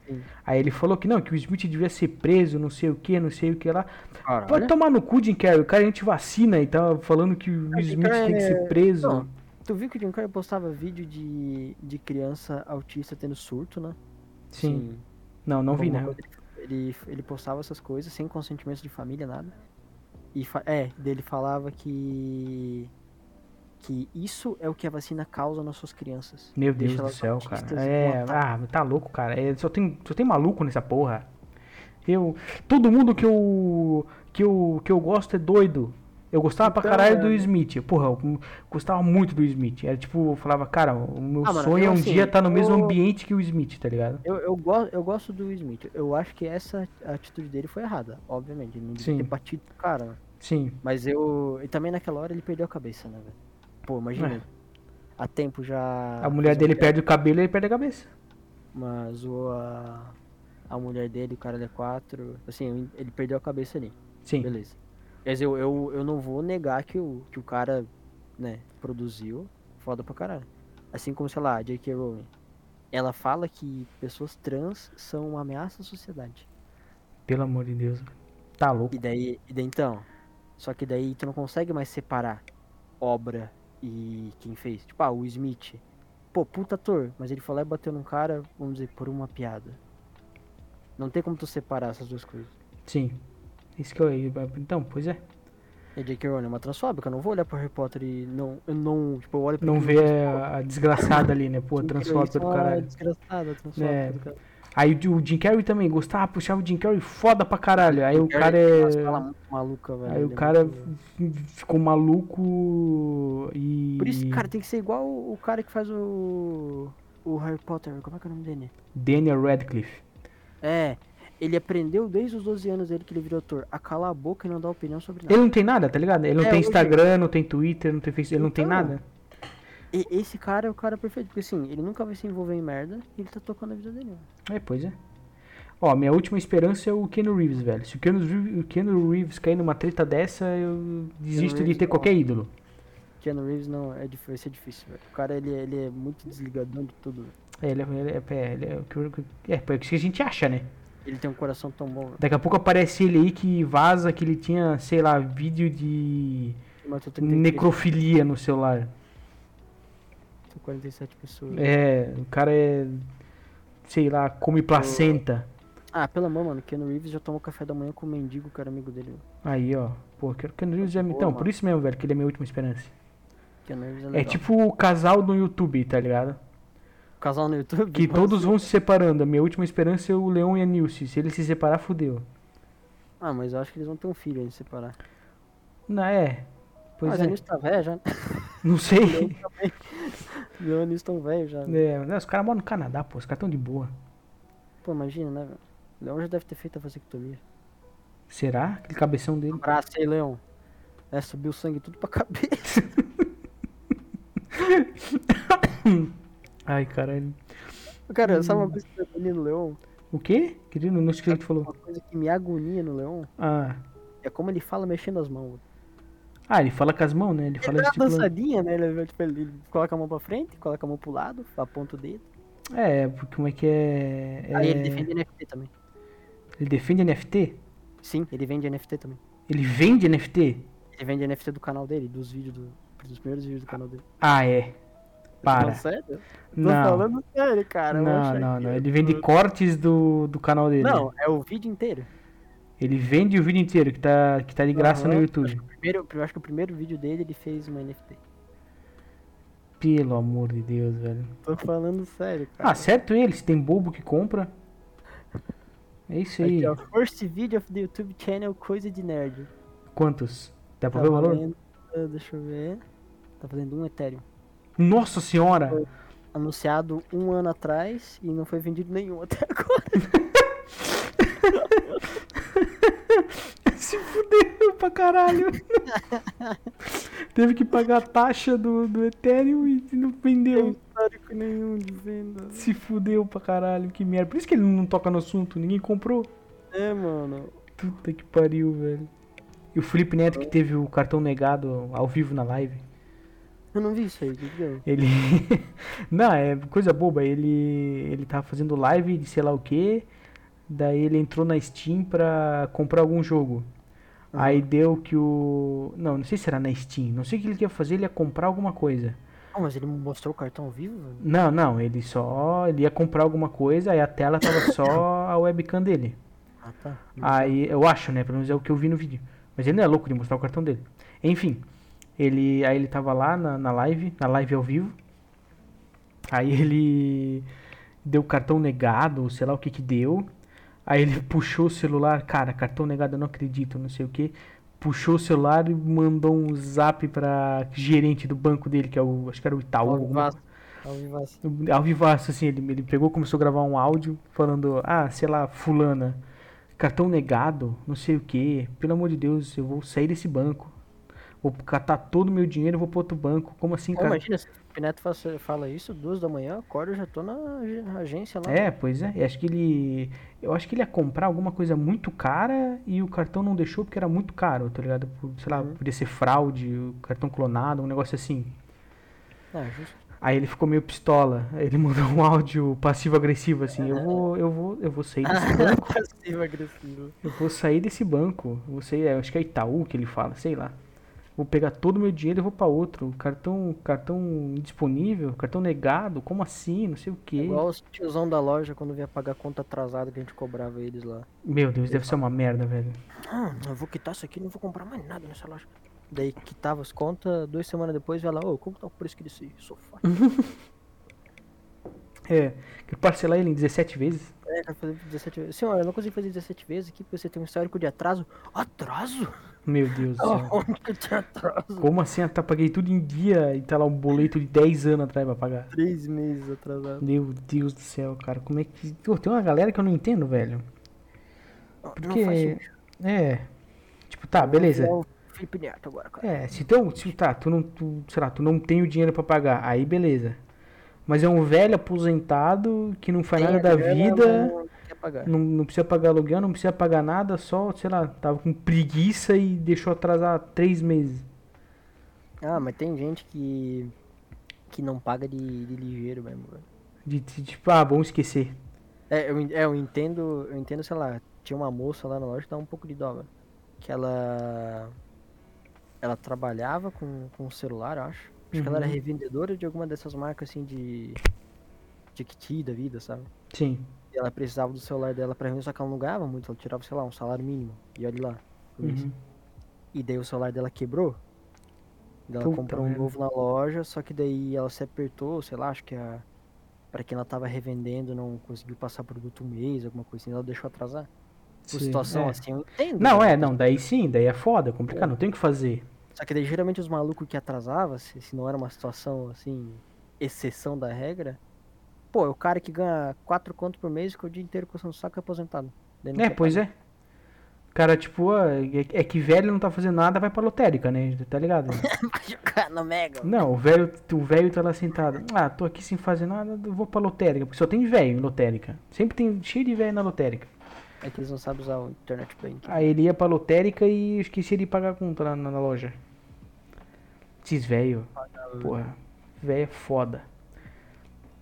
Sim. Aí ele falou que não, que o Smith devia ser preso, não sei o que, não sei o que lá. Caralho. Pode tomar no cu, Jim Carrey. O cara a gente vacina e tava falando que o Will Jim Smith Carrey, tem que ele ser é- preso. Não, tu viu que o Jim Carrey postava vídeo de, de criança autista tendo surto, né? Sim. Assim, Não, não vi, né? não. alguma coisa. Ele, ele postava essas coisas sem consentimento de família, nada. E fa- é, dele falava que que isso é o que a vacina causa nas suas crianças. Meu Deus Deixa do elas céu, autistas cara. e É, mortais. ah, tá louco, cara. É, só, tem, só tem maluco nessa porra. Eu, todo mundo que eu, que eu, que eu gosto é doido. Eu gostava pra Então, caralho do é. Smith. Porra, eu gostava muito do Smith. Era tipo, eu falava, cara, o meu Ah, mano, sonho é eu, um assim, dia estar no mesmo eu- ambiente que o Smith, tá ligado? Eu, eu, go- eu gosto do Will Smith. Eu acho que essa atitude dele foi errada, obviamente. Ele não devia Sim. ter batido o cara. né? Sim. Mas eu. E também naquela hora ele perdeu a cabeça, né, velho? Pô, imagina. É. Há tempo já. a mulher fez um uma dele piada, perde o cabelo e ele perde a cabeça. Mas o. A, a mulher dele, o cara é quatro. Assim, ele perdeu a cabeça ali. Sim. Beleza. Quer dizer, eu, eu, eu não vou negar que o, que o cara, né, produziu foda pra caralho. Assim como, sei lá, a J.K. Rowling. Ela fala que pessoas trans são uma ameaça à sociedade. Pelo amor de Deus. velho. Tá louco. E daí, e daí então. Só que daí tu não consegue mais separar obra e quem fez. Tipo, ah, o Smith. Pô, puta ator, mas ele foi lá e bateu num cara, vamos dizer, por uma piada. Não tem como tu separar essas duas coisas. Sim. Isso que eu. Então, pois é. E a J.K. Rowling é uma transfóbica, eu não vou olhar pro Harry Potter e não. Eu não tipo, eu olho pro Não J.K. vê a, a desgraçada ali, né? Pô, Rowling, transfóbica do "Ah, caralho. Desgraçada, transfóbica É, do caralho. Aí o Jim Carrey também gostava, puxava o Jim Carrey foda pra caralho. Aí o cara Nossa, fala é. muito maluca, velho. Aí ele é o cara muito- ficou maluco e. Por isso, cara, tem que ser igual o, o cara que faz o. O Harry Potter, como é que é o nome dele? Daniel Radcliffe. É, ele aprendeu desde os 12 anos dele que ele virou ator a calar a boca e não dar opinião sobre nada. Ele não tem nada, tá ligado? Ele não É, tem hoje- Instagram, não tem Twitter, não tem Facebook, ele não tem Então, nada. E esse cara é o cara perfeito, porque assim, ele nunca vai se envolver em merda e ele tá tocando a vida dele. né? É, pois é. Ó, minha última esperança é o Keanu Reeves, velho. Se o Keanu Reeves, o Keanu Reeves cair numa treta dessa, eu desisto de Reeves é ter não. qualquer ídolo. Keanu Reeves não, é, dif- vai ser difícil, velho. O cara, ele, é- ele é muito desligadão de tudo. velho. É, ele, é- ele é, é, ele é, o que- é, pô, é isso que a gente acha, né? Ele tem um coração tão bom, velho. Daqui a pouco aparece ele aí que vaza que ele tinha, sei lá, vídeo de Ele matou 33, necrofilia no celular. 47 pessoas. É, o cara é, sei lá, come placenta. Ah, pelo amor, mano, Keanu Reeves já tomou café da manhã com o mendigo, que era amigo dele. velho. Aí, ó. Pô, quero que o Keanu Reeves é... Boa, Então, mano. por isso mesmo, velho, que ele é minha última esperança. Keanu Reeves é É legal. tipo o casal do YouTube, tá ligado? casal no YouTube. Que mano. todos vão se separando. A minha última esperança é o Leão e a Nilce. Se eles se separar, fudeu. Ah, mas eu acho que eles vão ter um filho antes de separar. Não é? Pois mas é. a Nilce tá velha já. né? Não sei. Leon e Nilce tão velho já. né? É, não, os caras moram no Canadá, pô. Os caras tão de boa. Pô, imagina, né, velho? Leon já deve ter feito a vasectomia. Será? Aquele cabeção dele. Um Abraço aí, Leon. É, subiu o sangue tudo pra cabeça. Ai, caralho. Cara, sabe uma coisa que me agonia no Leon? O quê? Querido, não esqueci o que tu falou. Uma coisa que me agonia no Leon Ah. é como ele fala mexendo as mãos. Ah, ele fala com as mãos, né? Ele Ele tá fala dá uma gesticulando. dançadinha, né? Ele, tipo, ele- ele coloca a mão pra frente, coloca a mão pro lado, aponta o dedo. É, porque como é que é. é... Aí ele defende NFT também. ele defende NFT? Sim, ele vende NFT também. Ele vende NFT? Ele vende NFT do canal dele, dos vídeos do- dos primeiros vídeos do canal dele. Ah, é. Para. Não, sério? Tô Não. falando sério, cara. eu Não, acho não, não. que- Ele vende cortes do, do canal dele. Não, é o vídeo inteiro. Ele vende o vídeo inteiro que tá, que tá de graça no Aham. YouTube. Primeiro, eu acho que o primeiro vídeo dele ele fez uma NFT. Pelo amor de Deus, velho. Tô falando sério, cara. Ah, certo ele, se tem bobo que compra. É isso aí. Aqui, ó, First video of the YouTube channel Coisa de Nerd. Quantos? Dá pra Tá ver o valor? valendo, ah, deixa eu ver. Tá valendo um Ethereum. Nossa senhora! Anunciado um ano atrás e não foi vendido nenhum até agora. se fudeu pra caralho. Teve que pagar a taxa do, do Ethereum e não Não vendeu. tem histórico nenhum dizendo. Se fudeu pra caralho, que merda. Por isso que ele não toca no assunto, ninguém comprou. É, mano. Puta que pariu, velho. E o Felipe Neto que teve o cartão negado ao vivo na live. Eu não vi isso aí, entendeu? Ele. Não, é coisa boba. Ele. Ele tava fazendo live de sei lá o que. Daí ele entrou na Steam pra comprar algum jogo. Aí deu que o. Não, não sei se era na Steam. Não sei o que ele ia fazer, ele ia comprar alguma coisa. Ah, mas ele mostrou o cartão ao vivo, velho? Não, não, ele só. Ele ia comprar alguma coisa, aí a tela tava só a webcam dele. Ah, tá. Aí, eu acho, né? Pelo menos é o que eu vi no vídeo. Mas ele não é louco de mostrar o cartão dele. Enfim, ele, aí ele tava lá na, na live, na live ao vivo. Aí ele deu cartão negado, ou sei lá o que que deu. Aí ele puxou o celular, cara, cartão negado, eu não acredito, não sei o que. Puxou o celular e mandou um zap pra gerente do banco dele, que é o, acho que era o Itaú, Ao alguma vivaço. Ao vivaço. ao vivaço, assim, ele, ele pegou, começou a gravar um áudio falando, ah, sei lá, fulana, cartão negado, não sei o que, pelo amor de Deus, eu vou sair desse banco. Vou catar todo o meu dinheiro e vou pro outro banco. Como assim, Pô, cara? imagina, se o Pineto fa- fala isso, duas da manhã, eu acordo, eu já tô na ag- na agência lá. É, pois é. Eu acho que ele. Eu acho que ele ia comprar alguma coisa muito cara e o cartão não deixou porque era muito caro, tá ligado? Por- Sei lá, Uhum. podia ser fraude, o cartão clonado, um negócio assim. Ah, justo. Aí ele ficou meio pistola. Aí Ele mandou um áudio passivo-agressivo assim: eu vou, eu vou, eu vou sair desse banco. Passivo é agressivo. Eu vou sair desse banco. Eu vou sair, eu acho que é Itaú que ele fala, sei lá. Vou pegar todo o meu dinheiro e vou pra outro. Cartão, cartão indisponível, cartão negado, como assim? Não sei o quê. É Igual os tiozão da loja quando vinha pagar conta atrasada que a gente cobrava eles lá. Meu Deus, deve ser uma merda, velho. Ah, eu vou quitar isso aqui, não vou comprar mais nada nessa loja. Daí quitava as contas, duas semanas depois vai lá, ô, como tá o preço que desse sofá? É, que parcelar ele em 17 vezes. É, quero fazer 17 vezes. Senhora, eu não consegui fazer 17 vezes aqui porque você tem um histórico de atraso. Atraso? Meu Deus do céu. Onde que eu tinha atraso? Como assim? Ah, tá, paguei tudo em dia e tá lá um boleto de 10 anos atrás pra pagar. Três meses atrasado. Meu Deus do céu, cara. Como é que. Pô, tem uma galera que eu não entendo, velho. Não, não Porque. faz sentido. É. Tipo, tá, beleza. É o Felipe Neto agora, cara. É, se então, se tá, tu não, tu, sei lá, tu não tem o dinheiro pra pagar, aí beleza. Mas é um velho aposentado que não faz nada da vida, Não quer pagar. não, não precisa pagar aluguel, não precisa pagar nada, só, sei lá, tava com preguiça e deixou atrasar três meses. Ah, mas tem gente que. que não paga de, de ligeiro mesmo, velho. De, de- tipo, ah, bom esquecer. É, eu, en- é, eu entendo, eu entendo, sei lá, tinha uma moça lá na loja que dava um pouco de dó, velho. Que ela. Ela trabalhava com, com o celular, eu acho. Acho que ela era Uhum. revendedora de alguma dessas marcas assim de. de Kiti da vida, sabe? Sim. E ela precisava do celular dela pra mim, só que ela não ganhava muito, ela tirava, sei lá, um salário mínimo. E olha lá. por mês. Uhum. E daí o celular dela quebrou. Daí Ela Puta comprou um merda. novo na loja, só que daí ela se apertou, sei lá, acho que a. Pra quem ela tava revendendo, não conseguiu passar produto um mês, alguma coisa assim, ela deixou atrasar. Sim, Por situação é. assim, eu entendo. Não, né? é, não, daí sim, daí é foda, é complicado, não tem o que fazer. Só que daí geralmente os malucos que atrasavam, se, se não era uma situação assim, exceção da regra, pô, é o cara que ganha 4 conto por mês, que o dia inteiro coçando o saco é aposentado. Daí não É, quer pois pagar. é. Cara, tipo, ah, é é que velho não tá fazendo nada, vai pra lotérica, né? Tá ligado? Vai jogar no Mega. Não, o velho, o velho tá lá sentado. Ah, tô aqui sem fazer nada, eu vou pra lotérica, porque só tem velho em lotérica. Sempre tem cheio de velho na lotérica. É que eles não sabem usar o internet bank. Aí ele ia pra lotérica e esquecia de pagar a conta lá na, na loja. Esses velho. Porra, velho é foda.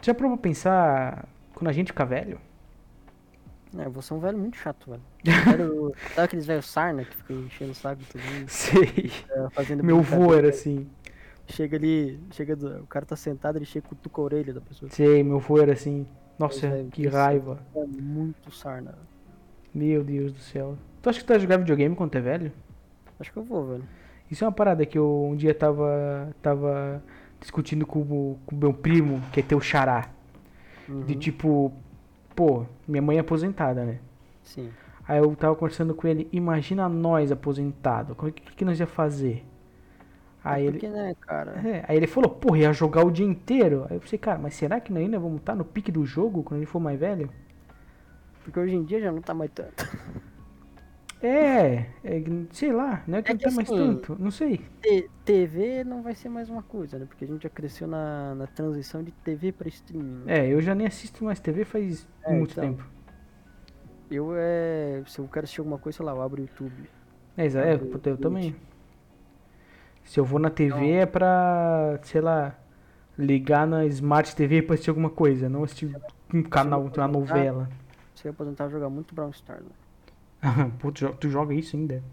Já parou pra pensar quando a gente fica velho? É, você é um velho muito chato, velho. Velho- sabe aqueles velhos sarna que ficam enchendo o saco de todo mundo? Sei. é, fazendo Meu brincadeira? vô era assim. Chega ali, chega do- o cara tá sentado, ele chega e cutuca a orelha da pessoa. Sei, meu vô era assim. Pois Nossa, é, que isso. raiva. É muito sarna. velho. Meu Deus do céu. Tu acha que tu vai jogar videogame quando tu é velho? Acho que eu vou, velho. Isso é uma parada que eu um dia tava, tava discutindo com o com o meu primo, que é teu xará. Uhum, De tipo, pô, minha mãe é aposentada, né? Sim. Aí eu tava conversando com ele, imagina nós aposentado, o que, que nós ia fazer? Aí Ah, É ele, Porque, né, cara? é, aí ele falou, porra, ia jogar o dia inteiro. Aí eu pensei, cara, mas será que nós ainda vamos estar no pique do jogo quando ele for mais velho? Porque hoje em dia já não tá mais tanto. É, é sei lá, não é que É não que tá mais assim, tanto, não sei. T- TV não vai ser mais uma coisa, né? Porque a gente já cresceu na, na transição de TV pra streaming. né? É, eu já nem assisto mais TV faz É, muito então. tempo. Eu é. Se eu quero assistir alguma coisa, sei lá, eu abro o YouTube. É, exa- é, Abre puta, eu o também. Se eu vou na TV é pra, sei lá, ligar na Smart TV pra assistir alguma coisa, não assistir um canal, uma novela. Se eu aposentar, eu vou jogar muito Brawl Stars. Né? Pô, tu, jo- tu joga isso ainda?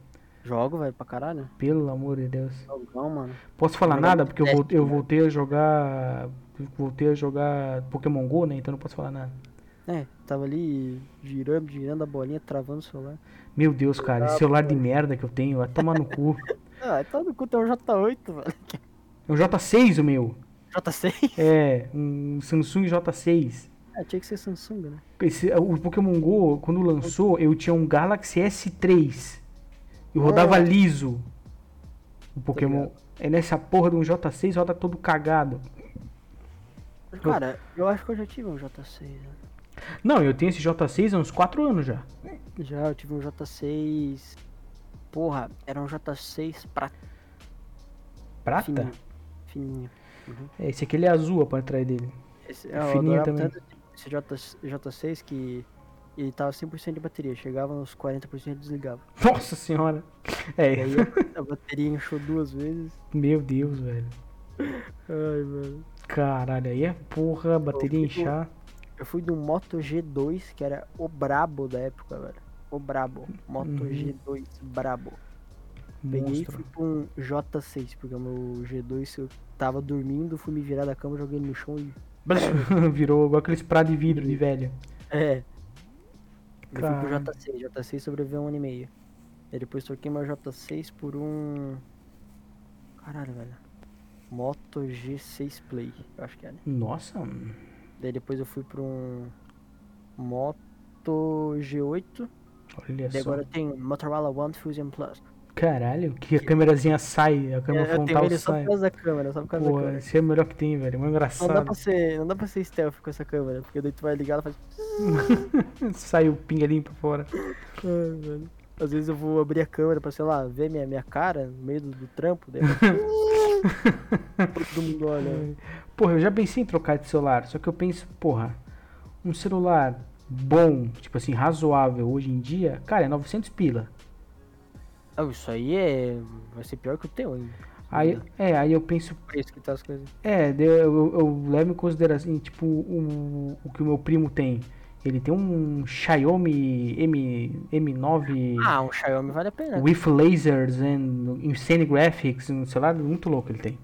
Jogo, velho, pra caralho. Pelo amor de Deus. Jogão, mano. Posso falar Jogar nada? muito Porque eu, vol- teste, eu né? voltei a jogar. Voltei a jogar Pokémon GO, né? Então não posso falar nada. É, tava ali girando, girando a bolinha, travando o celular. Meu Deus, cara, esse celular de merda que eu tenho, vai tomar no cu. Ah, tá no cu, tem um J8, velho. É um J6 o meu. J6? É, um Samsung J6. Ah, tinha que ser Samsung, né? Esse- o Pokémon GO, quando lançou, eu tinha um Galaxy S3. Eu rodava Ah. liso. O Pokémon. É nessa porra de um J6 roda todo cagado. Cara, eu acho que eu já tive um J6. Né? Não, eu tenho esse J6 há uns 4 anos já. Já, eu tive um J6. Porra, era um J6 prata. Prata? Fininho. Fininho. É, esse aqui ele é azul a parte de trás dele. Esse, É eu fininho adorava também. tanto esse J, J6 que ele tava 100% de bateria. Chegava nos 40% e desligava. Nossa senhora. É. E aí a- a bateria encheu duas vezes. Meu Deus, velho. Ai, mano. Caralho, aí é porra, bateria Eu fico- inchar. Eu fui do Moto G2, que era o brabo da época, velho. O brabo. Moto Uhum. G2 brabo. Peguei e Monstro. fui com um J6, porque o meu G2 eu tava dormindo, fui me virar da cama, joguei ele no chão e. Virou igual aqueles pratos de vidro de velho. É. Eu fui pro Caralho. J6, J6 sobreviveu um ano e meio. Aí depois troquei meu J6 por um. Caralho, velho. Moto G6 Play, eu acho que era. Nossa, mano. Daí depois eu fui pra um. Moto G8. olha Daí só. agora tem Motorola One Fusion Plus. É, Caralho, que a câmerazinha sai, a câmera eu tenho frontal ele só por sai. causa da câmera, só por causa da Pô, câmera. esse é o melhor que tem, velho. Mó Não dá, engraçado. pra ser, não dá pra ser stealth com essa câmera, porque daí tu vai ligar ela faz. Sai o pingalinho pra fora. "Ah, velho." Às vezes eu vou abrir a câmera pra, sei lá, ver minha, minha cara no meio do, do trampo, daí eu- todo mundo olha. Porra, eu já pensei em trocar de celular, só que eu penso, porra, um celular bom, tipo assim, razoável hoje em dia, cara, é 900 pila. Ah, isso aí é. Vai ser pior que o teu ainda. Aí, é, aí eu penso, Por isso que tá as coisas. é, daí eu, eu- eu levo em consideração, tipo, o, o que o meu primo tem. Ele tem um Xiaomi M, M9 Ah, um Xiaomi vale a pena. with lasers and insane graphics, um celular muito louco ele tem.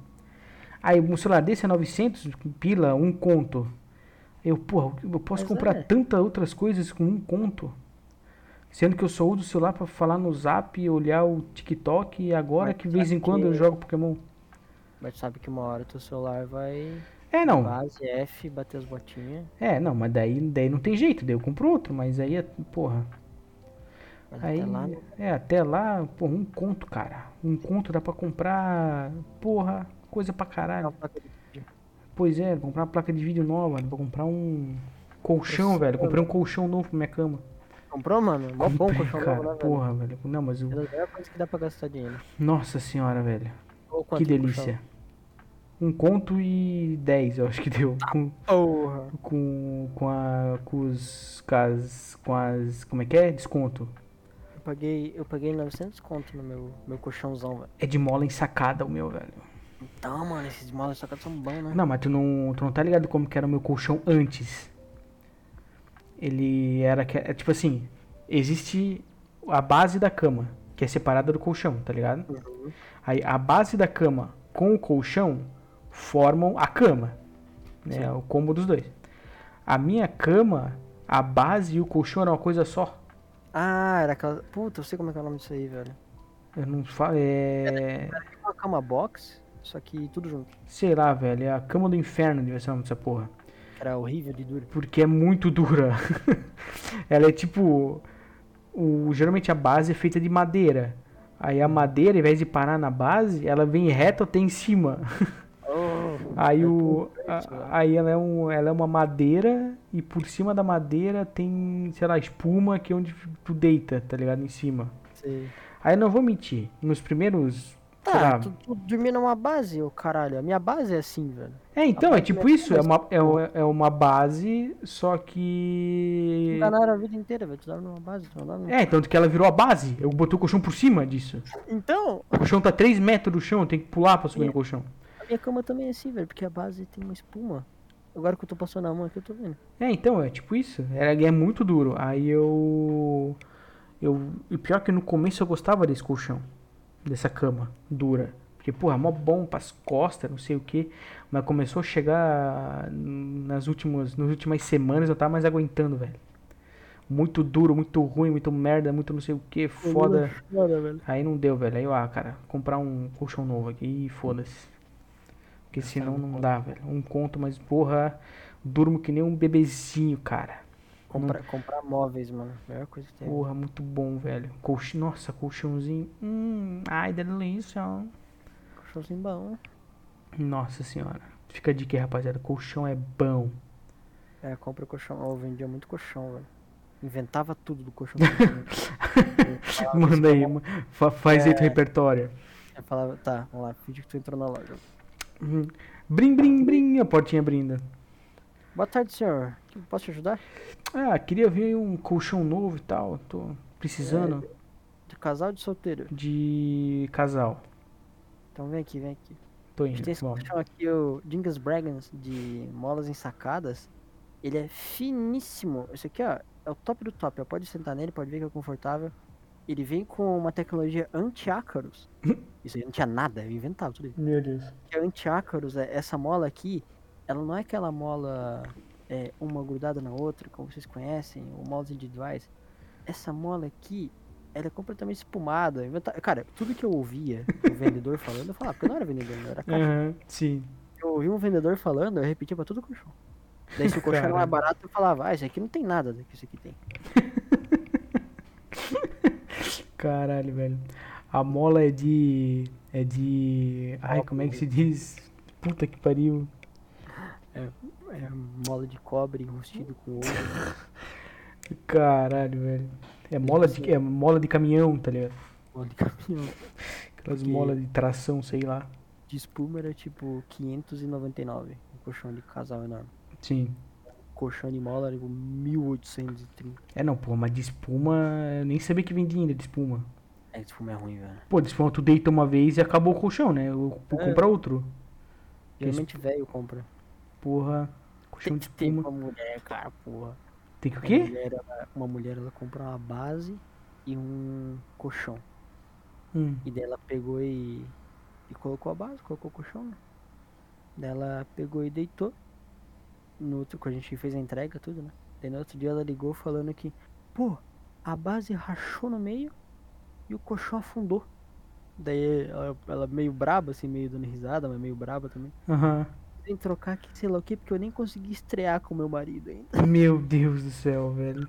Aí um celular desse é 900 com pila, um conto. Eu, porra, eu posso Mas comprar é. tantas outras coisas com um conto. Sendo que eu só uso o celular pra falar no Zap, olhar o TikTok e agora Mas que de vez em sabe quando eu que- jogo Pokémon. Mas tu sabe que uma hora teu celular vai. É, não. Base, F, bater as botinhas. É, não, mas daí, daí não tem jeito, daí eu compro outro, mas aí, é- porra. Mas Aí, até lá, né? é, até lá, porra, um conto, cara. Um conto dá pra comprar, porra, coisa pra caralho. Pois é, comprar uma placa de vídeo nova, vou comprar um colchão, Nossa, velho. Comprei um colchão novo pra minha cama. Comprou, mano? Mó bom Comprei, colchão novo, né, velho? Porra, velho. Não, mas É a o. melhor coisa que dá pra gastar dinheiro. Nossa senhora, velho. Ou Que quanto custa? delícia. Um conto e dez, eu acho que deu. Tá. Com, Porra. com, com a. Com os. Com as, com as. Como é que é? Desconto. Eu paguei, eu paguei 900 conto no meu, meu colchãozão, velho. É de mola ensacada o meu, velho. Então, mano, esses molas só que são bons, né? Não, mas tu não, tu não tá ligado como que era o meu colchão antes. Ele era que é tipo assim, existe a base da cama, que é separada do colchão, tá ligado? Uhum. Aí a base da cama com o colchão formam a cama, né? É O combo dos dois. A minha cama, a base e o colchão era uma coisa só. Ah, era aquela... Puta, eu sei como é que é o nome disso aí, velho. Eu não falo, é, É uma cama box, só que tudo junto. sei lá, velho, é a cama do inferno, devia ser o nome dessa porra. Era horrível de duro. porque é muito dura. Ela é tipo. O, geralmente a base é feita de madeira. Aí a madeira, ao invés de parar na base, ela vem reta até em cima. É Aí, o, né? a- aí ela, é um, ela é uma madeira e por cima da madeira tem, sei lá, espuma que é onde tu deita, tá ligado? Em cima. Sei. Aí não vou mentir, nos primeiros. sei lá, Tá, tu, tu dormia numa base, ô caralho. A minha base é assim, velho. É, então, é tipo isso, é uma, é, mas- uma- é uma base, só que. Enganaram a vida inteira, velho. Tu dorme numa base, tu não dorme... É, tanto que ela virou a base. Eu botei o colchão por cima disso. Então, O colchão tá 3 metros do chão, eu tenho que pular pra subir no colchão. a minha cama também é assim, velho, porque a base tem uma espuma. Agora que eu tô passando a mão aqui, eu tô vendo. É, então, é tipo isso. Era, é muito duro. Aí eu. Eu. E pior que no começo eu gostava desse colchão. Dessa cama dura. Porque, porra, é mó bom pras costas, não sei o que. Mas começou a chegar nas últimas, nas últimas semanas, eu tava mais aguentando, velho. Muito duro, muito ruim, muito merda, muito não sei o que, foda. Foda, velho. Aí não deu, velho. Aí eu, ah, cara, comprar um colchão novo aqui e foda-se. Porque senão não dá, velho. Um conto, mas porra, durmo que nem um bebezinho, cara. Comprar, comprar móveis, mano. Melhor coisa que tem. Porra, muito bom, velho. Colch... Nossa, colchãozinho. Hum, ai, delícia. Colchãozinho bom. Nossa senhora. Fica a dica aí, rapaziada. Colchão é bom. É, compra colchão. Eu vendia muito colchão, velho. Inventava tudo do colchão. Ah, Manda aí, ma- fa- faz aí teu É. repertório. Eu falava, tá, vamos lá, finge que tu entrou na loja. Uhum. Brim, brim, brim. A portinha brinda. Boa tarde, senhor. Que- Posso te ajudar? Ah, queria ver um colchão novo e tal. Tô precisando De casal ou de solteiro? de casal. Então vem aqui, vem aqui. Tô A gente indo. tem esse Bom, que chama aqui o Dingus Bragans de molas ensacadas. Ele é finíssimo. Esse aqui, ó, é o top do top. ó. Pode sentar nele, pode ver que é confortável. Ele vem com uma tecnologia anti-ácaros. Isso aí não tinha nada, eu inventava tudo isso. meu Deus. Que é anti-ácaros, é- essa mola aqui, ela não é aquela mola é, uma grudada na outra, como vocês conhecem, ou molas individuais. Essa mola aqui, ela é completamente espumada. inventa- Cara, tudo que eu ouvia o vendedor falando, eu falava, porque eu não era vendedor, eu era caixa. Aham, sim. Eu ouvi um vendedor falando, eu repetia pra todo colchão. Daí se o colchão era mais Caralho. barato, eu falava, ah, isso aqui não tem nada do que isso aqui tem. Caralho, velho. A mola é de. É de. Ai, como é que se diz? Puta que pariu. É mola de cobre enrustido com ouro. Caralho, velho. É mola de, é mola de caminhão, tá ligado? mola de caminhão. Aquelas Que- molas de tração, sei lá. De espuma era tipo 599. Um colchão de casal enorme. Sim. Colchão de mola era tipo 1830. É não, pô, mas de espuma. Eu nem sabia que vendia ainda de espuma. É, esse filme é ruim, velho. Pô, de espuma tu deita uma vez e acabou o colchão, né? Eu vou É. comprar outro. Geralmente velho compra. Porra. Colchão Tem de que ter espuma. uma mulher, cara, porra. Tem que o Uma quê? mulher, ela- uma mulher, ela comprou uma base e um colchão. Hum. E daí ela pegou e, e colocou a base, colocou o colchão, né? Daí ela pegou e deitou. No outro, quando a gente fez a entrega, tudo, né? Daí no outro dia ela ligou falando que, pô, a base rachou no meio e o colchão afundou. Daí ela, ela meio braba, assim, meio dando risada, mas meio braba também. Aham. Sem trocar aqui, sei lá o que, porque eu nem consegui estrear com meu marido ainda. Meu Deus do céu, velho.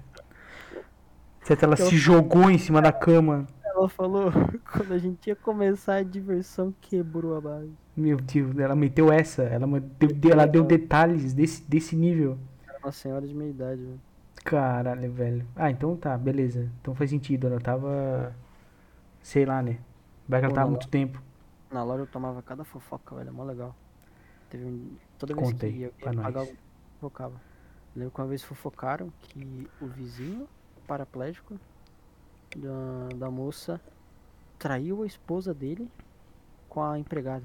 Certo, ela Eu- se jogou em cima da cama. Ela falou, quando a gente ia começar a diversão, quebrou a base. Meu Deus, ela meteu essa. Ela deu, deu- ela deu detalhes desse, desse nível. Era uma senhora de meia idade, velho. Caralho, velho. Ah, então tá, beleza. Então faz sentido. Ela tava. Sei lá, né? Vai que ela Pô, tava há não. muito tempo. Na loja eu tomava cada fofoca, velho, é mó legal. Teve um... Toda Conta vez aí, que eu pra ia nós. pagar, eu fofocava. Eu lembro que uma vez fofocaram que o vizinho paraplégico da, da moça traiu a esposa dele com a empregada.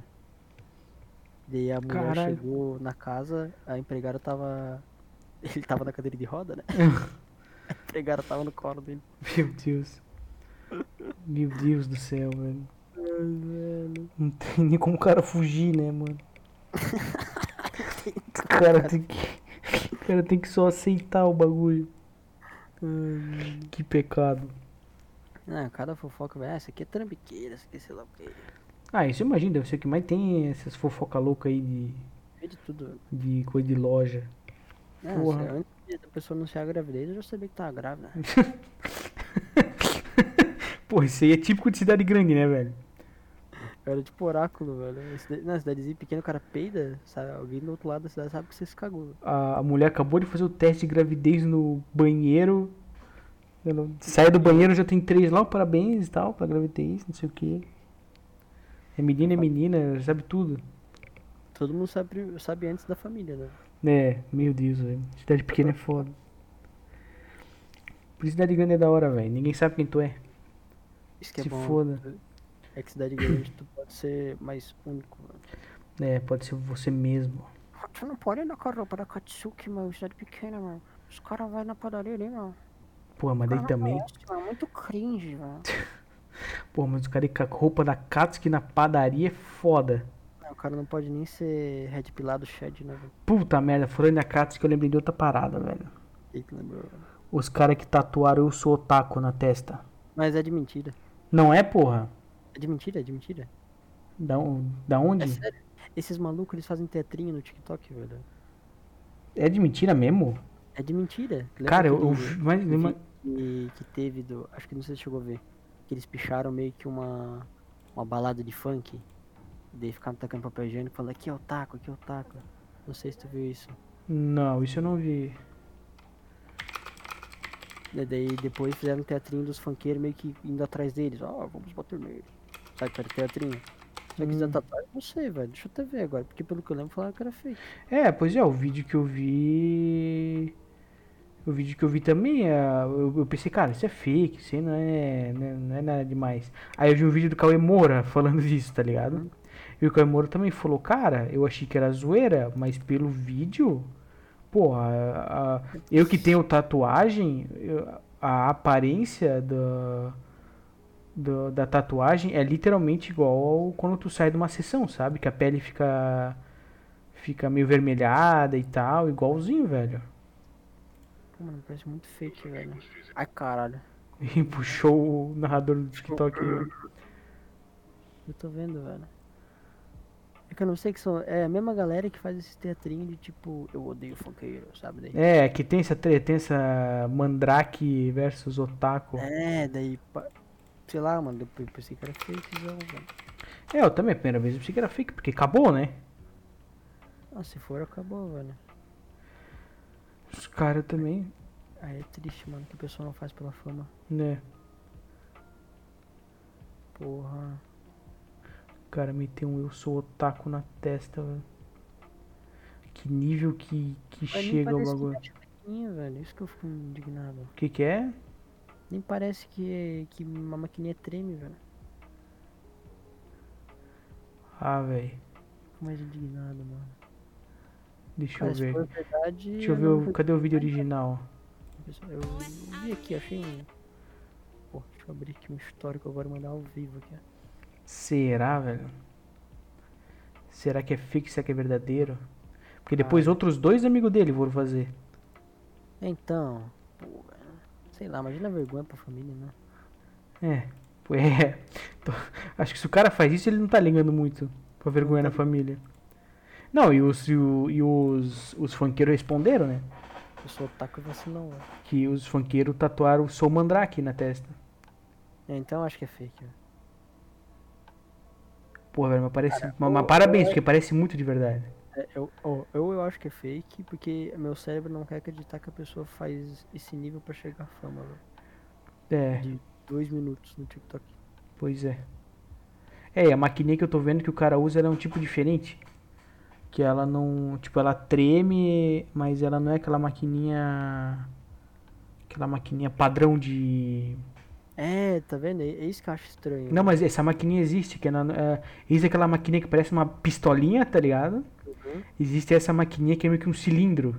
Daí a mulher Caralho. chegou na casa, a empregada tava... Ele tava na cadeira de roda, né? a empregada tava no colo dele. Meu Deus. Meu Deus do céu, velho. Não tem nem como o cara fugir, né, mano? O cara tem que. O cara tem que só aceitar o bagulho. Que pecado. Ah, cada fofoca, velho, ah, essa aqui é trambiqueira, essa aqui é sei lá o que. Ah, isso eu imagino, deve ser o que mais tem essas fofoca louca aí de, É De tudo, velho. de coisa de loja. É, Porra. se- antes de- da pessoa anunciar a gravidez, eu já sabia que tava grávida. Pô, isso aí é típico de cidade grande, né, velho? Eu era tipo oráculo, velho. Cida- Na cidadezinha pequena, o cara peida, sabe? Alguém do outro lado da cidade sabe que você se cagou. A, a mulher acabou de fazer o teste de gravidez no banheiro. Ela sai do banheiro, já tem três lá, parabéns e tal, pra gravidez, não sei o que. É menina, é menina, sabe tudo. Todo mundo sabe, pri- sabe antes da família, né? É, meu Deus, velho. Cidade pequena é foda. Por isso cidade grande é da hora, velho. Ninguém sabe quem tu é. Isso que é Se bom. foda. É que cidade grande tu pode ser mais único, velho. É, pode ser você mesmo. Tu não pode andar com a roupa da Katsuki, mano. Cidade pequena, mano. Os caras vão na padaria ali, mano. Porra, mas daí também. É muito cringe, velho. Porra, mas o cara ir com a roupa da Katsuki na padaria é foda. O cara não pode nem ser red pilado shed, né, velho? Puta merda, falando da Katsuki, eu lembrei de outra parada, velho. Ele que lembrou. velho. Os caras que tatuaram eu sou otaku na testa. Mas é de mentira. Não é, porra? É de mentira, é de mentira. Da, on- da É onde? sério. Esses malucos, eles fazem teatrinho no TikTok, velho. É de mentira mesmo? É de mentira. Lembra Cara, eu. eu aquele vi- mas, vídeo mas- Que, que teve do... Acho que não sei se chegou a ver. Que eles picharam meio que uma... Uma balada de funk. Daí ficaram tacando papel higiênico, falando aqui é o taco, aqui é o taco. Não sei se tu viu isso. Não, isso eu não vi. E daí depois fizeram um teatrinho dos funkeiros meio que indo atrás deles. Ó, vamos bater nele. Sabe, cara, teatrinho. Se eu quiser Hum. tatuar, não sei, velho. Deixa eu até ver agora. Porque pelo que eu lembro, falaram que era fake. É, pois é, o vídeo que eu vi. O vídeo que eu vi também, é, eu, eu pensei, cara, isso é fake, isso aí né, não é, não é, não é nada demais. Aí eu vi um vídeo do Cauê Moura falando disso, tá ligado? E o Kaimoro também falou, cara, eu achei que era zoeira, mas pelo vídeo, pô, a- a- eu que tenho tatuagem, eu- a aparência da, do- da tatuagem é literalmente igual ao quando tu sai de uma sessão, sabe? Que a pele fica fica meio vermelhada e tal, igualzinho, velho. Pô, Mano, parece muito fake, velho. Ai, caralho. E puxou o narrador do TikTok. Eu tô vendo, velho. É que eu não sei que são. É a mesma galera que faz esse teatrinho de tipo, eu odeio funkeiro, sabe? Daí? É, que tem essa treta, tem essa Mandrake versus Otaku. É, daí. pa- Sei lá, mano, eu pe- pensei que era fakezão, velho. É, eu também, a primeira vez eu pensei que era fake, porque acabou, né? Ah, se for, acabou, velho. Os caras também, Aí é triste, mano, que a pessoa não faz pela fama. né? Porra. O cara meteu um eu sou Otaku na testa, velho. Que nível que, que Mas nem chega o parece que bagulho. é chalequinho, velho. Isso que eu fico indignado. O que que é? Nem parece que, é, que uma maquininha treme, velho. Ah, velho. Fico mais indignado, mano. Deixa Cara, eu se ver. for aqui. verdade. Deixa eu ver, não o- cadê o vídeo original? Pessoal, Eu eu vi aqui, achei um. Pô, deixa eu abrir aqui um histórico agora e mandar ao vivo aqui. ó. Será, velho? Será que é fake, será que é verdadeiro? Porque depois outros dois amigos dele vão fazer. Então, pô, velho. Sei lá, imagina a vergonha pra família, né? É. Pô, é. Tô- Acho que se o cara faz isso, ele não tá ligando muito pra vergonha na família. Não, e os, e o- e os, os funkeiros responderam, né? Eu sou otaku e é. vacilão, velho. Que os funkeiros tatuaram o Sou Mandrake na testa. É, Então eu acho que é fake, velho. Pô, velho, mas parece. mas- mas parabéns, porque parece muito de verdade. É, eu, ó, eu, eu acho que é fake porque meu cérebro não quer acreditar que a pessoa faz esse nível pra chegar à fama, velho. É, Dois minutos no TikTok. pois é. É, e a maquininha que eu tô vendo que o cara usa ela é um tipo diferente. Que ela não. Tipo, ela treme, mas ela não é aquela maquininha. Aquela maquininha padrão de. É, tá vendo? É é isso que eu acho estranho. Não, mas essa maquininha existe, que é, na- é, existe aquela maquininha que parece uma pistolinha, tá ligado? Uhum. Existe essa maquininha que é meio que um cilindro.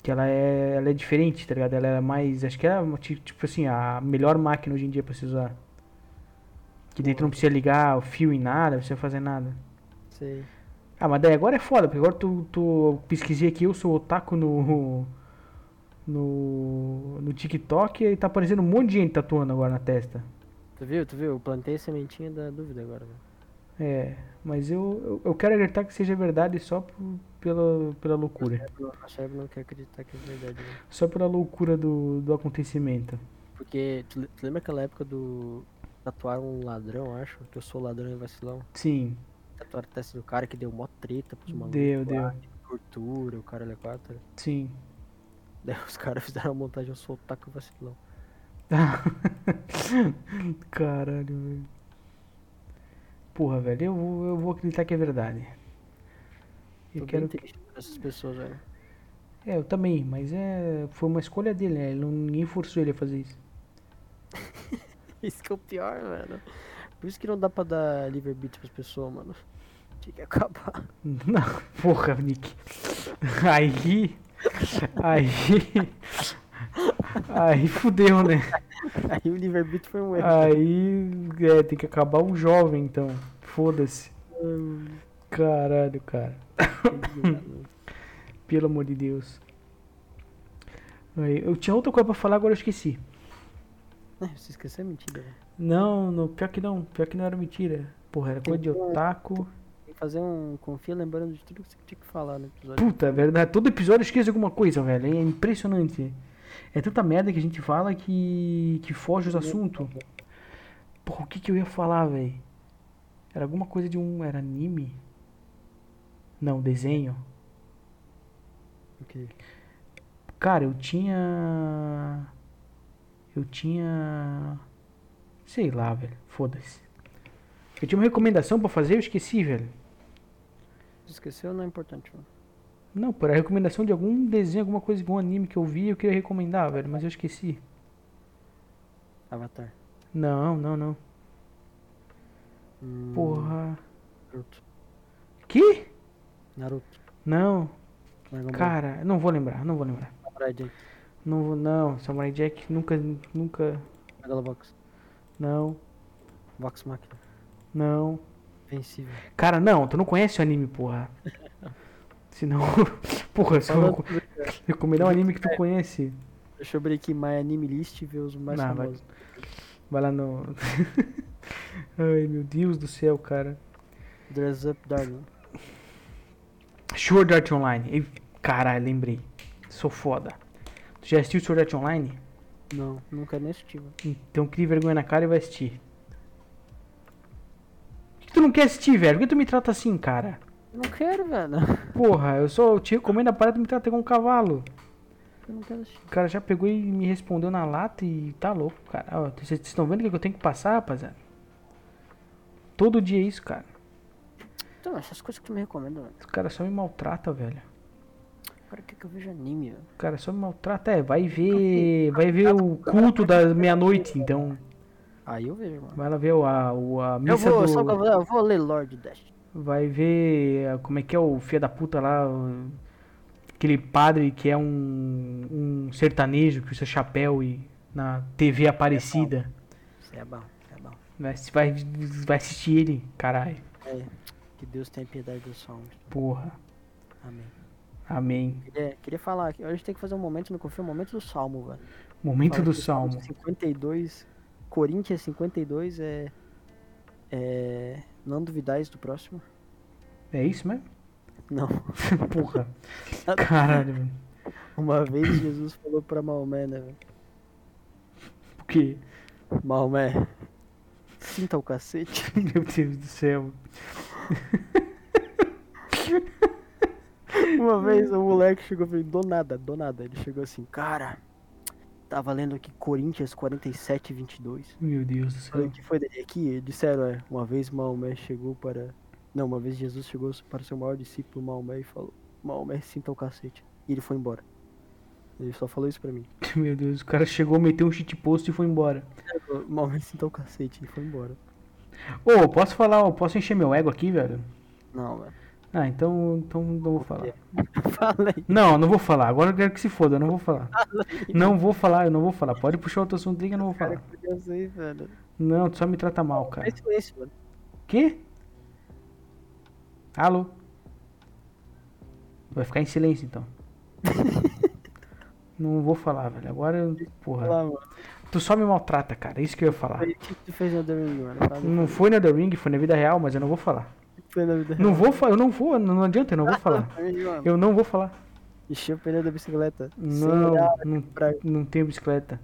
Que ela é, ela é diferente, tá ligado? Ela é mais, acho que é uma ti- tipo assim, a melhor máquina hoje em dia pra se usar. Que dentro não precisa ligar o fio em nada, não precisa fazer nada. Sei. Ah, mas daí agora é foda, porque agora tu, tu pesquisei aqui, eu sou otaku no, no, no TikTok e tá aparecendo um monte de gente tatuando agora na testa. Tu viu? Tu viu? Eu plantei a sementinha da dúvida agora, velho. É, mas eu, eu, eu quero acreditar que seja verdade só por- pela, pela loucura. Meu cérebro não quer acreditar que é verdade, velho. Só pela loucura do, do acontecimento. Porque tu, le- tu lembra aquela época do tatuar um ladrão, acho? Que eu sou ladrão e vacilão. Sim, um Tatuar o teste do cara que deu mó treta pros malucos. deu, lá, deu. Tortura, o cara é quatro. Sim. Daí os caras fizeram a montagem, eu sou otaku e vacilão. Caralho, velho. Porra, velho, eu vou, eu vou acreditar que é verdade. Tô Eu bem quero. triste por essas pessoas, velho. É, eu também, mas é, foi uma escolha dele, né? Ele não- ninguém forçou ele a fazer isso. Isso que é o pior, mano. Por isso que não dá pra dar livre-arbítrio pras pessoas, mano. Tinha que acabar. Não, porra, Nick. Aí. Aí. Aí fudeu, né? Aí o livre-arbítrio foi um erro. Aí é, tem que acabar o jovem, então. Foda-se. Caralho, cara. Pelo amor de Deus. Aí, Eu tinha outra coisa pra falar, agora eu esqueci. É, se esquecer é mentira, velho. Não, não, pior que não. Pior que não era mentira. Porra, era coisa de otaku. Tem que fazer um confia lembrando de tudo que você tinha que falar no episódio. Puta, é verdade. Todo episódio eu esqueço alguma coisa, velho. É impressionante. É tanta merda que a gente fala que, que foge os assuntos. Porra, o que, que eu ia falar, velho? Era alguma coisa de um. Era anime? Não, desenho. Ok. Cara, eu tinha. Eu tinha. Sei lá, velho. Foda-se. Eu tinha uma recomendação pra fazer, eu esqueci, velho. Se esqueceu não é importante, mano. Não, por a recomendação de algum desenho, alguma coisa, algum anime que eu vi, eu queria recomendar, velho, mas eu esqueci. Avatar. Não, não, não. Hum, Porra. Naruto. Que? Naruto. Não. Dragon Ball, Cara, não vou lembrar, não vou lembrar. Samurai Jack, Não, vou- não. Samurai Jack nunca, nunca. Megalobox, Não, Vox Machina, não. Invencível. Cara, não, tu não conhece o anime, porra. Senão. Porra, se eu Falando- vou recomendar um anime que tu conhece, Deixa eu abrir aqui My Anime List e ver os mais Não, vai- famosos. vai lá no. Ai, meu Deus do céu, cara. Dress Up Darling. Sword Art Online. Ei, Caralho, lembrei. Sou foda. Tu já assistiu Sword Art Online? Não, nunca nem assisti, mano. Então cria vergonha na cara e vai assistir. Por que que tu não quer assistir, velho? Por que tu me trata assim, cara? Não quero, velho. Porra, eu só eu te recomendo a parada e me trata como um cavalo. Eu não quero assistir. O cara já pegou e me respondeu na lata e tá louco, cara. Ó, Vocês estão vendo o que que eu tenho que passar, rapaziada? Todo dia é isso, cara. Então, essas coisas que tu me recomenda, mano. Os caras só me maltrata, velho. Agora quer que eu vejo anime, velho. O cara só me maltrata. É, vai ver. Vai Ah, ver o tá. culto da meia-noite, então. Aí eu vejo, mano. Vai lá ver o- a, o- a Eu missa vou, do... só pra- eu vou ler Lord Dash. Vai ver ah, como é que é o filho da puta lá, o- aquele padre que é um, um sertanejo que usa chapéu e na TV É Aparecida. Isso é bom, isso é bom. Vai, vai, vai assistir ele, caralho. É, Que Deus tenha piedade dos homens. Porra, Amém. amém. Queria, queria falar aqui. A gente tem que fazer um momento, não confio, um momento do salmo, velho. Momento Fala do que o Salmo Salmo. 52, Corinthians 52 é. É. Não duvidais do próximo? É isso mesmo? Não. Porra. Ah. Caralho, velho. Uma vez Jesus falou pra Maomé, né, velho? Por quê? Maomé, sinta o cacete. Meu Deus do céu. Uma vez o moleque chegou pra mim, do nada, do nada. Ele chegou assim, cara, tava lendo aqui Corinthians 47, 22. Meu Deus do Falei, o céu. que foi dele aqui? Disseram, é, uma vez Maomé chegou para. Não, uma vez Jesus chegou para seu maior discípulo Maomé e falou: Maomé, sinta o cacete. E ele foi embora. Ele só falou isso pra mim. Meu Deus, o cara chegou, meteu um shitpost e foi embora. Maomé, sinta o cacete. E foi embora. Ô, posso falar, ó, posso encher meu ego aqui, velho? Não, velho. Ah, então, então não vou falar. Falei. Não, não vou falar. Agora eu quero que se foda, eu não vou falar. Não vou falar, eu não vou falar. Pode puxar outro assunto aí que eu não vou Cara, falar. que eu sei, velho. Tá. Não, tu só me trata mal, cara. Faz silêncio, mano. Quê? Alô? Vai ficar em silêncio então. Não vou falar, velho. Agora, eu- Olha porra. lá, mano. Tu só me maltrata, cara. É Isso que eu ia falar. Foi o que tu fez na The Ring, mano. Fala. Tá. Não foi na The Ring, foi na vida real, mas eu não vou falar. Foi na vida. Não vou falar, eu não vou, não adianta, eu não Ah, vou falar. Foi, mano. Eu não vou falar. Encheu o pneu da bicicleta. Sem Não, olhar não, pra. não tenho bicicleta.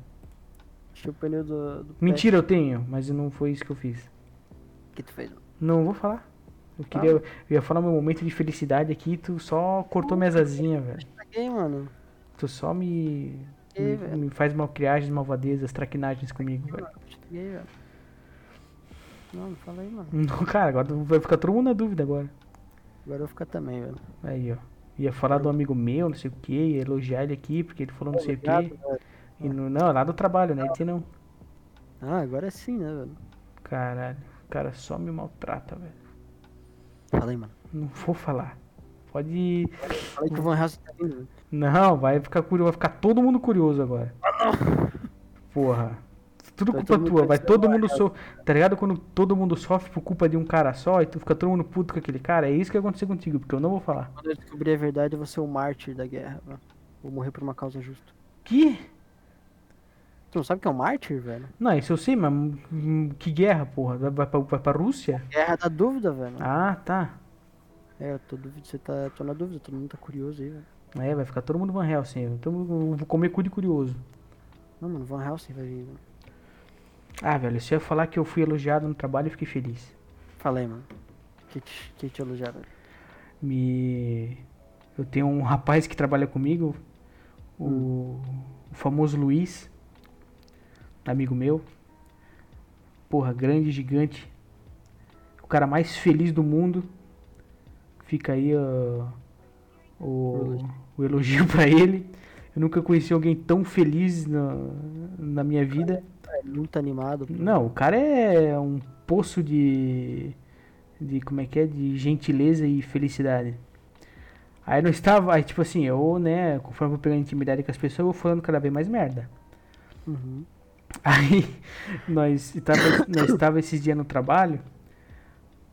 Encheu o pneu do. do pé. Mentira, eu tenho, mas não foi isso que eu fiz. O que tu fez, mano? Não vou falar. Eu Tá. queria. Eu ia falar meu momento de felicidade aqui e tu só cortou minhas asinhas, velho. Caguei, mano. Tu só me. Ei, me, me faz malcriagens, malvadezas, traquinagens comigo, velho. E aí, velho? Não, não fala aí, mano. Não, cara, agora tu- vai ficar todo mundo na dúvida agora. Agora eu vou ficar também, velho. Aí, ó. Ia falar do amigo meu, não sei o que, ia elogiar ele aqui, porque ele falou não sei o que. E não, não, lá do trabalho, né? Ele disse, não. Ah, agora sim, né, velho? Caralho, o cara só me maltrata, velho. Fala aí, mano. Não vou falar. Pode. Fala aí que o Van Helsing tá vindo, velho. Não, vai ficar curioso, vai ficar todo mundo curioso agora. Porra. Tudo Vai culpa Ah, todo mundo tua, vai pensando, todo "Ah, mundo so... Tá ligado quando todo mundo sofre por culpa de um cara só e tu fica todo mundo puto com aquele cara? É isso que aconteceu contigo, porque eu não vou falar. Quando eu descobrir a verdade, eu vou ser o mártir da guerra, velho. Vou morrer por uma causa justa. Que? Tu não sabe o que é um mártir, velho? Não, isso eu sei, mas hum, que guerra, porra? Vai, vai, pra, vai pra Rússia? Guerra da dúvida, velho. Ah, tá. É, eu tô dúvida, você tá. tô na dúvida, todo mundo tá curioso aí, velho. É, vai ficar todo mundo Van Helsing. Todo mundo eu vou comer cu de curioso. Não, mano, o Van Helsing vai vir, velho. Ah, velho, se eu falar que eu fui elogiado no trabalho, eu fiquei feliz. Fala aí, mano. Que te, que te elogiar, velho. me eu tenho um rapaz que trabalha comigo o, o famoso Luiz amigo meu porra grande gigante o cara mais feliz do mundo fica aí ó, o, o elogio pra ele Eu nunca conheci alguém tão feliz na, na minha vida. É muito animado. pô. Não, o cara é um poço de. de como é que é? De gentileza e felicidade. Aí não estava. Aí tipo assim, eu, né, conforme eu vou pegando intimidade com as pessoas, eu vou falando cada vez mais merda. Uhum. Aí nós estava nós tava esses dias no trabalho.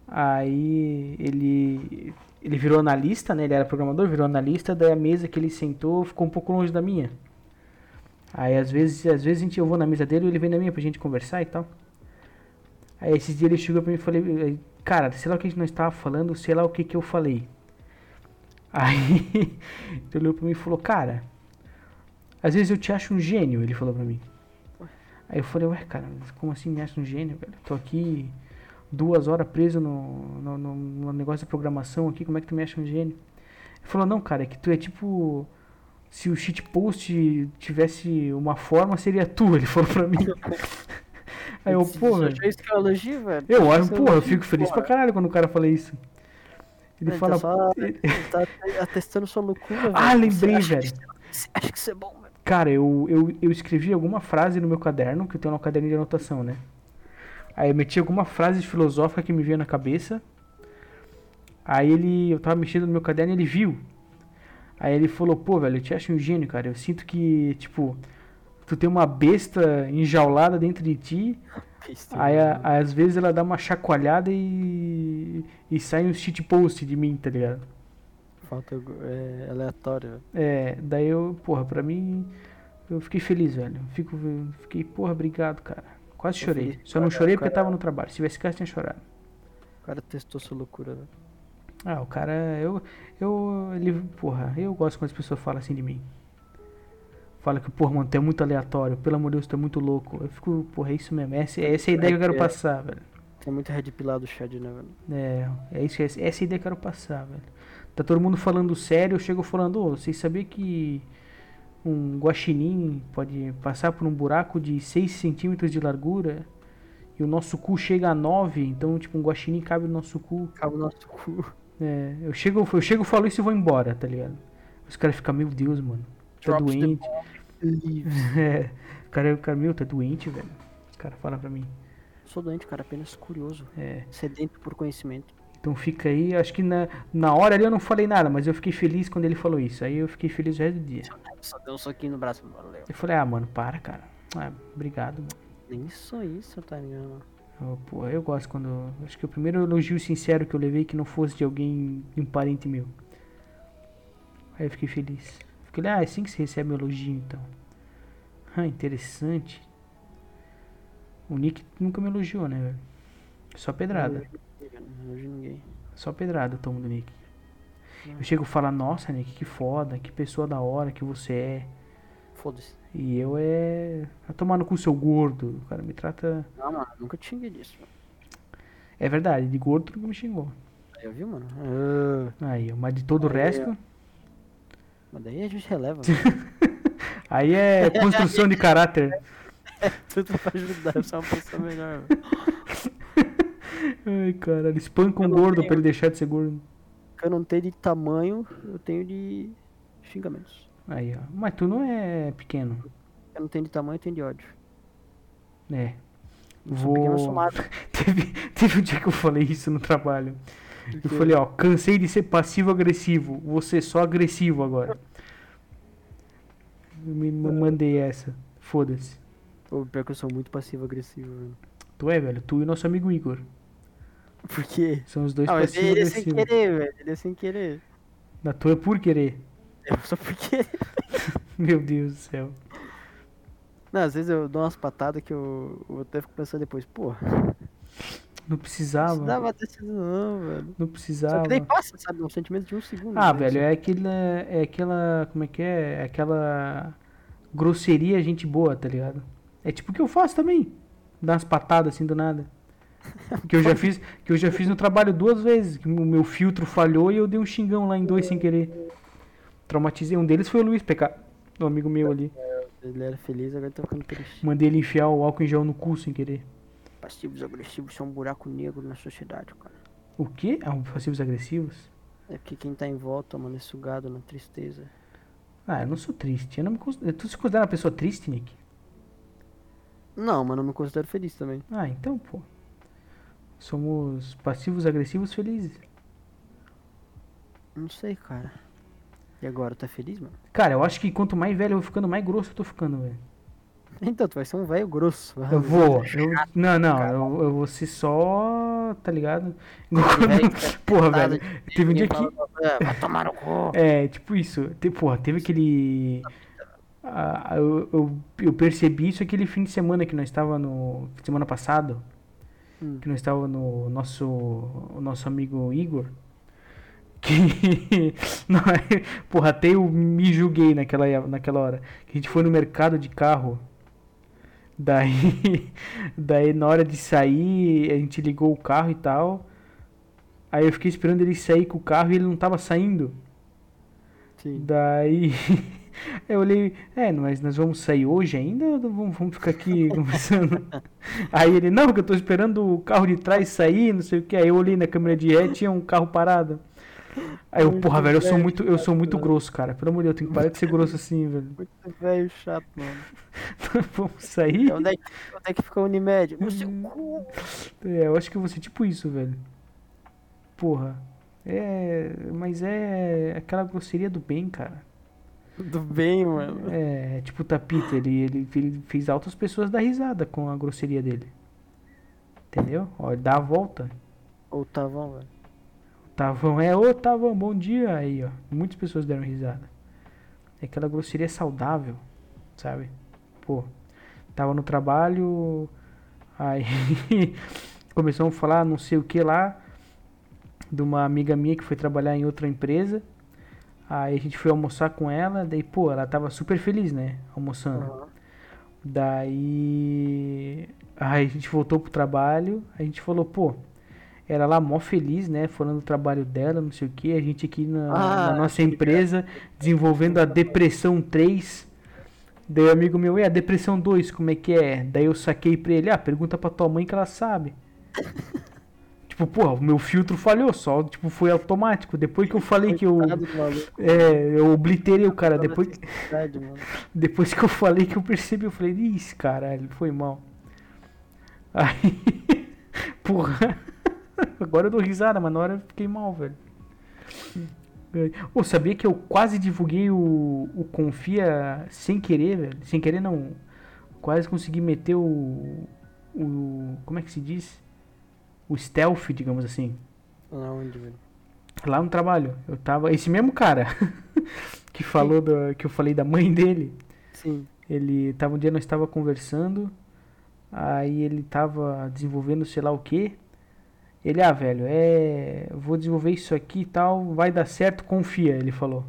Aí ele ele virou analista, né? Ele era programador, virou analista, daí a mesa que ele sentou ficou um pouco longe da minha. Aí às vezes, às vezes a gente eu vou na mesa dele, ele vem na minha pra gente conversar e tal. Aí esses dias ele chegou pra mim e falei, cara, sei lá o que a gente não estava falando, sei lá o que que eu falei. Aí ele olhou pra mim e falou, cara, às vezes eu te acho um gênio, ele falou pra mim. Aí eu falei, ué, cara, mas como assim me acha um gênio, velho? Tô aqui duas horas preso no, no, no- no negócio de programação aqui, como é que tu me acha um gênio? Ele falou, não, cara, é que tu é tipo. Se o shitpost tivesse uma forma, seria tu, ele falou pra mim. Aí eu, Você porra. achou isso que é um elogio, velho? Eu olho, Isso é um porra, eu elogio, fico feliz pra porra. caralho quando o cara fala isso. Ele Ele fala. tá só- ele- Você tá atestando sua loucura, velho. Ah, lembrei, Você acha velho. que- Você acha que isso é bom, velho? Cara, eu, eu, eu escrevi alguma frase no meu caderno, que eu tenho lá um caderno de anotação, né? Aí eu meti alguma frase filosófica que me veio na cabeça. Aí ele, eu tava mexendo no meu caderno e ele viu. Aí ele falou, pô, velho, eu te acho um gênio, cara. Eu sinto que, tipo, tu tem uma besta enjaulada dentro de ti. Aí, é a- às vezes ela dá uma chacoalhada e, e sai um shitpost de mim, tá ligado? Falta é, aleatório, velho. É, daí eu, porra, pra mim, eu fiquei feliz, velho. Fico, fiquei, porra, obrigado, cara. Quase Tô chorei. feliz, Só não cara, chorei porque cara. tava no trabalho. Se tivesse casa, tinha chorado. O cara testou sua loucura, velho. Ah, o cara, eu, eu, ele, porra, eu gosto quando as pessoas falam assim de mim. Fala que, porra, mano, tu é muito aleatório. Pelo amor de Deus, tu é muito louco. Eu fico, porra, é isso mesmo. Essa, essa é a ideia que eu quero É. passar, velho. Tem muito red pilado o Chad, né, velho? É, é isso, é essa essa é a ideia que eu quero passar, velho. Tá todo mundo falando sério, eu chego falando, ô, vocês sabiam que um guaxinim pode passar por um buraco de 6 centímetros de largura e o nosso cu chega a 9, então, tipo, um guaxinim cabe no nosso cu. Acaba o nosso cu. É, eu chego, eu chego, falo isso e vou embora, tá ligado? Os caras ficam, meu Deus, mano, tá Drops the doente. Leaves. É, o cara, o cara, meu, tá doente, velho. O cara fala pra mim. Sou doente, cara, apenas curioso. É, Sedento por conhecimento. Então fica aí, acho que na, na hora ali eu não falei nada, mas eu fiquei feliz quando ele falou isso. Aí eu fiquei feliz o resto do dia. Só deu um soquinho no braço, valeu. Eu falei, ah, mano, para, cara. Ah, obrigado, mano. Nem só isso, tá ligado? Eu, pô, eu gosto quando. Acho que o primeiro elogio sincero que eu levei que não fosse de alguém, de um parente meu. Aí eu fiquei feliz. Fiquei, ah, é assim que se recebe um elogio então. Ah, interessante. O Nick nunca me elogiou, né, velho? Só pedrada. Não hoje ninguém. Só pedrada eu tomo do Nick. Eu chego e falo, nossa, Nick, que foda, que pessoa da hora que você é. Foda-se. E eu é. A tomar no cu seu gordo. O cara me trata. Não, mano, nunca te xinguei disso. velho. É verdade, de gordo nunca me xingou. Aí eu vi, mano. Ah, Aí, mas de todo o Aí, resto. mas daí a gente releva, mano. Aí é construção de caráter. Tudo tá pra ajudar, eu sou uma pessoa melhor, velho. Ai, cara, ele espanca um Eu não gordo tenho. pra ele deixar de ser gordo. O que eu não tenho de tamanho, eu tenho de xingamentos. Aí, ó. Mas tu não é pequeno. O que eu não tenho de tamanho, eu tenho de ódio. É. Eu sou um pequeno, eu sou Vou. magro. teve, teve um dia que eu falei isso no trabalho. Eu Porque- falei, ó, cansei de ser passivo-agressivo, você só agressivo agora. Eu me ma- mandei essa. Foda-se. Pô, pior que eu sou muito passivo-agressivo, velho. Tu é, velho, tu e nosso amigo Igor. Por quê? São os dois Ah, mas ele é sem passivo-agressivos. querer, velho. Ele é sem querer. Na tua é por querer. Eu só porque. Meu Deus do céu. Não, às vezes eu dou umas patadas que eu, eu até fico pensando depois, pô, Não precisava. isso dava ter sido não, velho. Não Só precisava. que daí passa, sabe? Um sentimento de um segundo. Ah, né? velho, é aquela. É aquela. Como é que é? É aquela. Grosseria, gente boa, tá ligado? É tipo o que eu faço também. Dar umas patadas assim do nada. Que eu já fiz, que eu já fiz no trabalho duas vezes. Que o meu filtro falhou e eu dei um xingão lá em dois sem querer. Traumatizei. Um deles foi o Luiz PK, um amigo meu ali. Ele era feliz, agora tá ficando triste. Mandei ele enfiar o álcool em gel no cu sem querer. Passivos agressivos são um buraco negro na sociedade, cara. O quê? Ah, passivos agressivos? É porque quem tá em volta, mano, é sugado na tristeza. Ah, eu não sou triste. Eu não me considero... Tu se considera uma pessoa triste, Nick? Não, mas não me considero feliz também. Ah, então, pô. Somos passivos, agressivos, felizes. Não sei, cara. E agora, tá feliz, mano? Cara, eu acho que quanto mais velho eu vou ficando, mais grosso eu tô ficando, velho. Então, tu vai ser um velho grosso. vai. Eu vou. eu- não, não, eu, eu vou ser só. Tá ligado? Porra, velho. Teve um dia que. É, vai tomar no cu. É, tipo isso. Te, porra, teve aquele. Ah, eu, eu, eu percebi isso aquele fim de semana que nós estava no. Semana passada. Hum. Que nós estava no nosso. O nosso amigo Igor. Que. nós- porra, até eu me julguei naquela, naquela hora. Que a gente foi no mercado de carro. Daí. Daí na hora de sair, a gente ligou o carro e tal. Aí eu fiquei esperando ele sair com o carro e ele não tava saindo. Sim. Daí eu olhei, é, mas nós vamos sair hoje ainda ou vamos, vamos ficar aqui conversando? Aí ele, não, que eu tô esperando o carro de trás sair, não sei o que. Aí eu olhei na câmera de ré, tinha um carro parado. Aí eu, Muito porra, velho, eu sou velho, muito, eu sou muito cara. grosso, cara. Pelo amor de Deus, eu tenho que parar de ser grosso assim, velho. Muito velho chato, mano. vamos sair? Onde é que, onde é que fica a Unimed? No seu Hum. cu. É, eu acho que eu vou ser tipo isso, velho. Porra. É, mas é aquela grosseria do bem, cara. Tudo bem, mano. É, tipo o Tapita, ele, ele, ele fez altas pessoas dar risada com a grosseria dele. Entendeu? Ó, ele dá a volta. Ou Tavão, velho. Tavão é, ô Tavão, bom dia. Aí, ó, muitas pessoas deram risada. É aquela grosseria saudável, sabe? Pô, tava no trabalho, aí começamos a falar não sei o que lá, de uma amiga minha que foi trabalhar em outra empresa. Aí a gente foi almoçar com ela, daí, pô, ela tava super feliz, né? Almoçando. Aham. Daí aí a gente voltou pro trabalho, a gente falou, pô, era lá mó feliz, né? Falando do trabalho dela, não sei o que, a gente aqui na, Ah, na nossa empresa desenvolvendo a depressão 3. Daí o amigo meu, e a depressão 2, como é que é? Daí eu saquei pra ele, ah, pergunta pra tua mãe que ela sabe. tipo, porra, o meu filtro falhou, só tipo, foi automático. Depois que eu falei que eu. Coitado do maluco, É, eu obliterei o cara, depois. verdade, mano. Depois que eu falei que eu percebi, eu falei, ixi, caralho, foi mal. Aí, porra, agora eu dou risada, mas na hora eu fiquei mal, velho. Ô, sabia que eu quase divulguei o, o Confia sem querer, velho? Sem querer, não. Quase consegui meter o, o. Como é que se diz? O stealth, digamos assim Aonde, velho? lá no trabalho. Eu tava. Esse mesmo cara que falou da- que eu falei da mãe dele. Sim. Ele tava um dia nós estava conversando, aí ele tava desenvolvendo sei lá o que. Ele, ah, velho, é. eu Vou desenvolver isso aqui e tal, vai dar certo, confia, ele falou.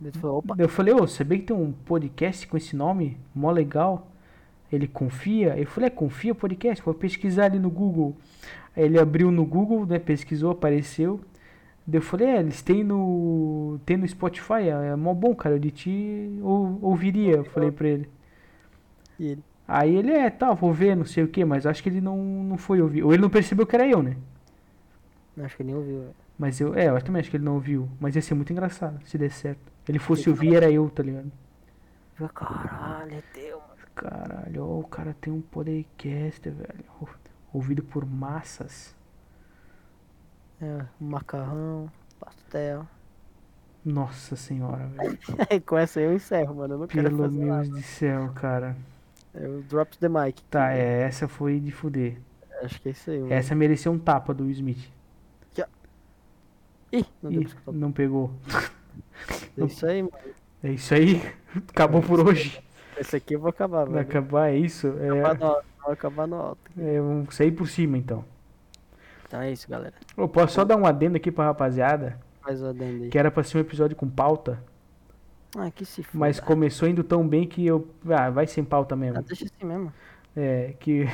Daí tu falou, opa, Eu falei, ô, sabia que tem um podcast com esse nome? Mó legal. Ele confia? Eu falei, é, confia podcast? Vou pesquisar ali no Google. Aí ele abriu no Google, né? Pesquisou, apareceu. Daí eu falei, é, eles têm no. Tem no Spotify, é mó bom, cara. Eu de ti ou- ouviria, eu falei pra ele. e ele. Aí ele, é, tá, vou ver, não sei o que, mas acho que ele não, não foi ouvir. Ou ele não percebeu que era eu, né? Acho que ele nem ouviu, velho. Mas eu, é, eu também acho que ele não ouviu. Mas ia ser muito engraçado se der certo. Ele fosse ouvir, era eu, tá ligado? Fica, Caralho, é teu, mano. Caralho, ó, o cara tem um podcast, velho. Ou- Ouvido por massas. É, macarrão, pastel. Nossa senhora, velho. Com essa eu encerro, mano. Eu não quero Pelo fazer nada. Deus do céu, cara. É o Drops the Mic. Tá, é, essa foi de fuder. Acho que é isso aí, mano. Essa mereceu um tapa do Will Smith. Ih, não deu Ih, pra escutar. não pegou. É isso aí, mano. É isso aí. Acabou por hoje. Esse aqui eu vou acabar, Vai velho. acabar, é isso. Acabar É, no alto, vou acabar no alto. é, vamos sair por cima, então. Então é isso, galera. Eu posso só dar um adendo aqui pra rapaziada. Mais uma adendo aí. Que era pra ser um episódio com pauta. Ah, que se foda. Mas começou indo tão bem que eu... Ah, vai sem pauta mesmo. Ah, deixa assim mesmo. É, que.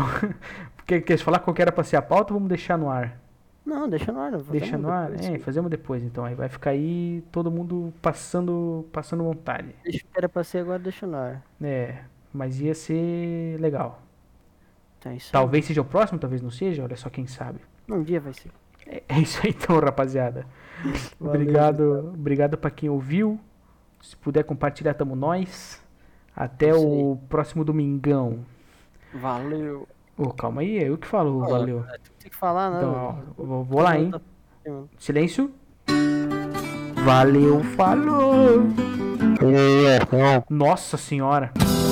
Porque quer falar qual que era pra ser a pauta, vamos deixar no ar. Não, deixa no ar. fazemos Deixa no ar? depois. É, fazemos depois então. Aí vai ficar aí todo mundo passando, passando vontade. Deixa o que era pra ser agora, deixa no ar. É, mas ia ser legal. Então é isso aí. Talvez seja o próximo, talvez não seja, olha só quem sabe. Um dia vai ser. É, é isso aí então, rapaziada. Valeu, então. obrigado, obrigado pra quem ouviu. Se puder compartilhar, tamo nós. Até Isso o próximo domingão. Valeu. Ô, calma aí, é eu que falo, Fala. valeu. É, tu tem que falar, né? Então, mano? ó, vou- vou lá, hein? Tá- Silêncio. Valeu, falou. Nossa senhora.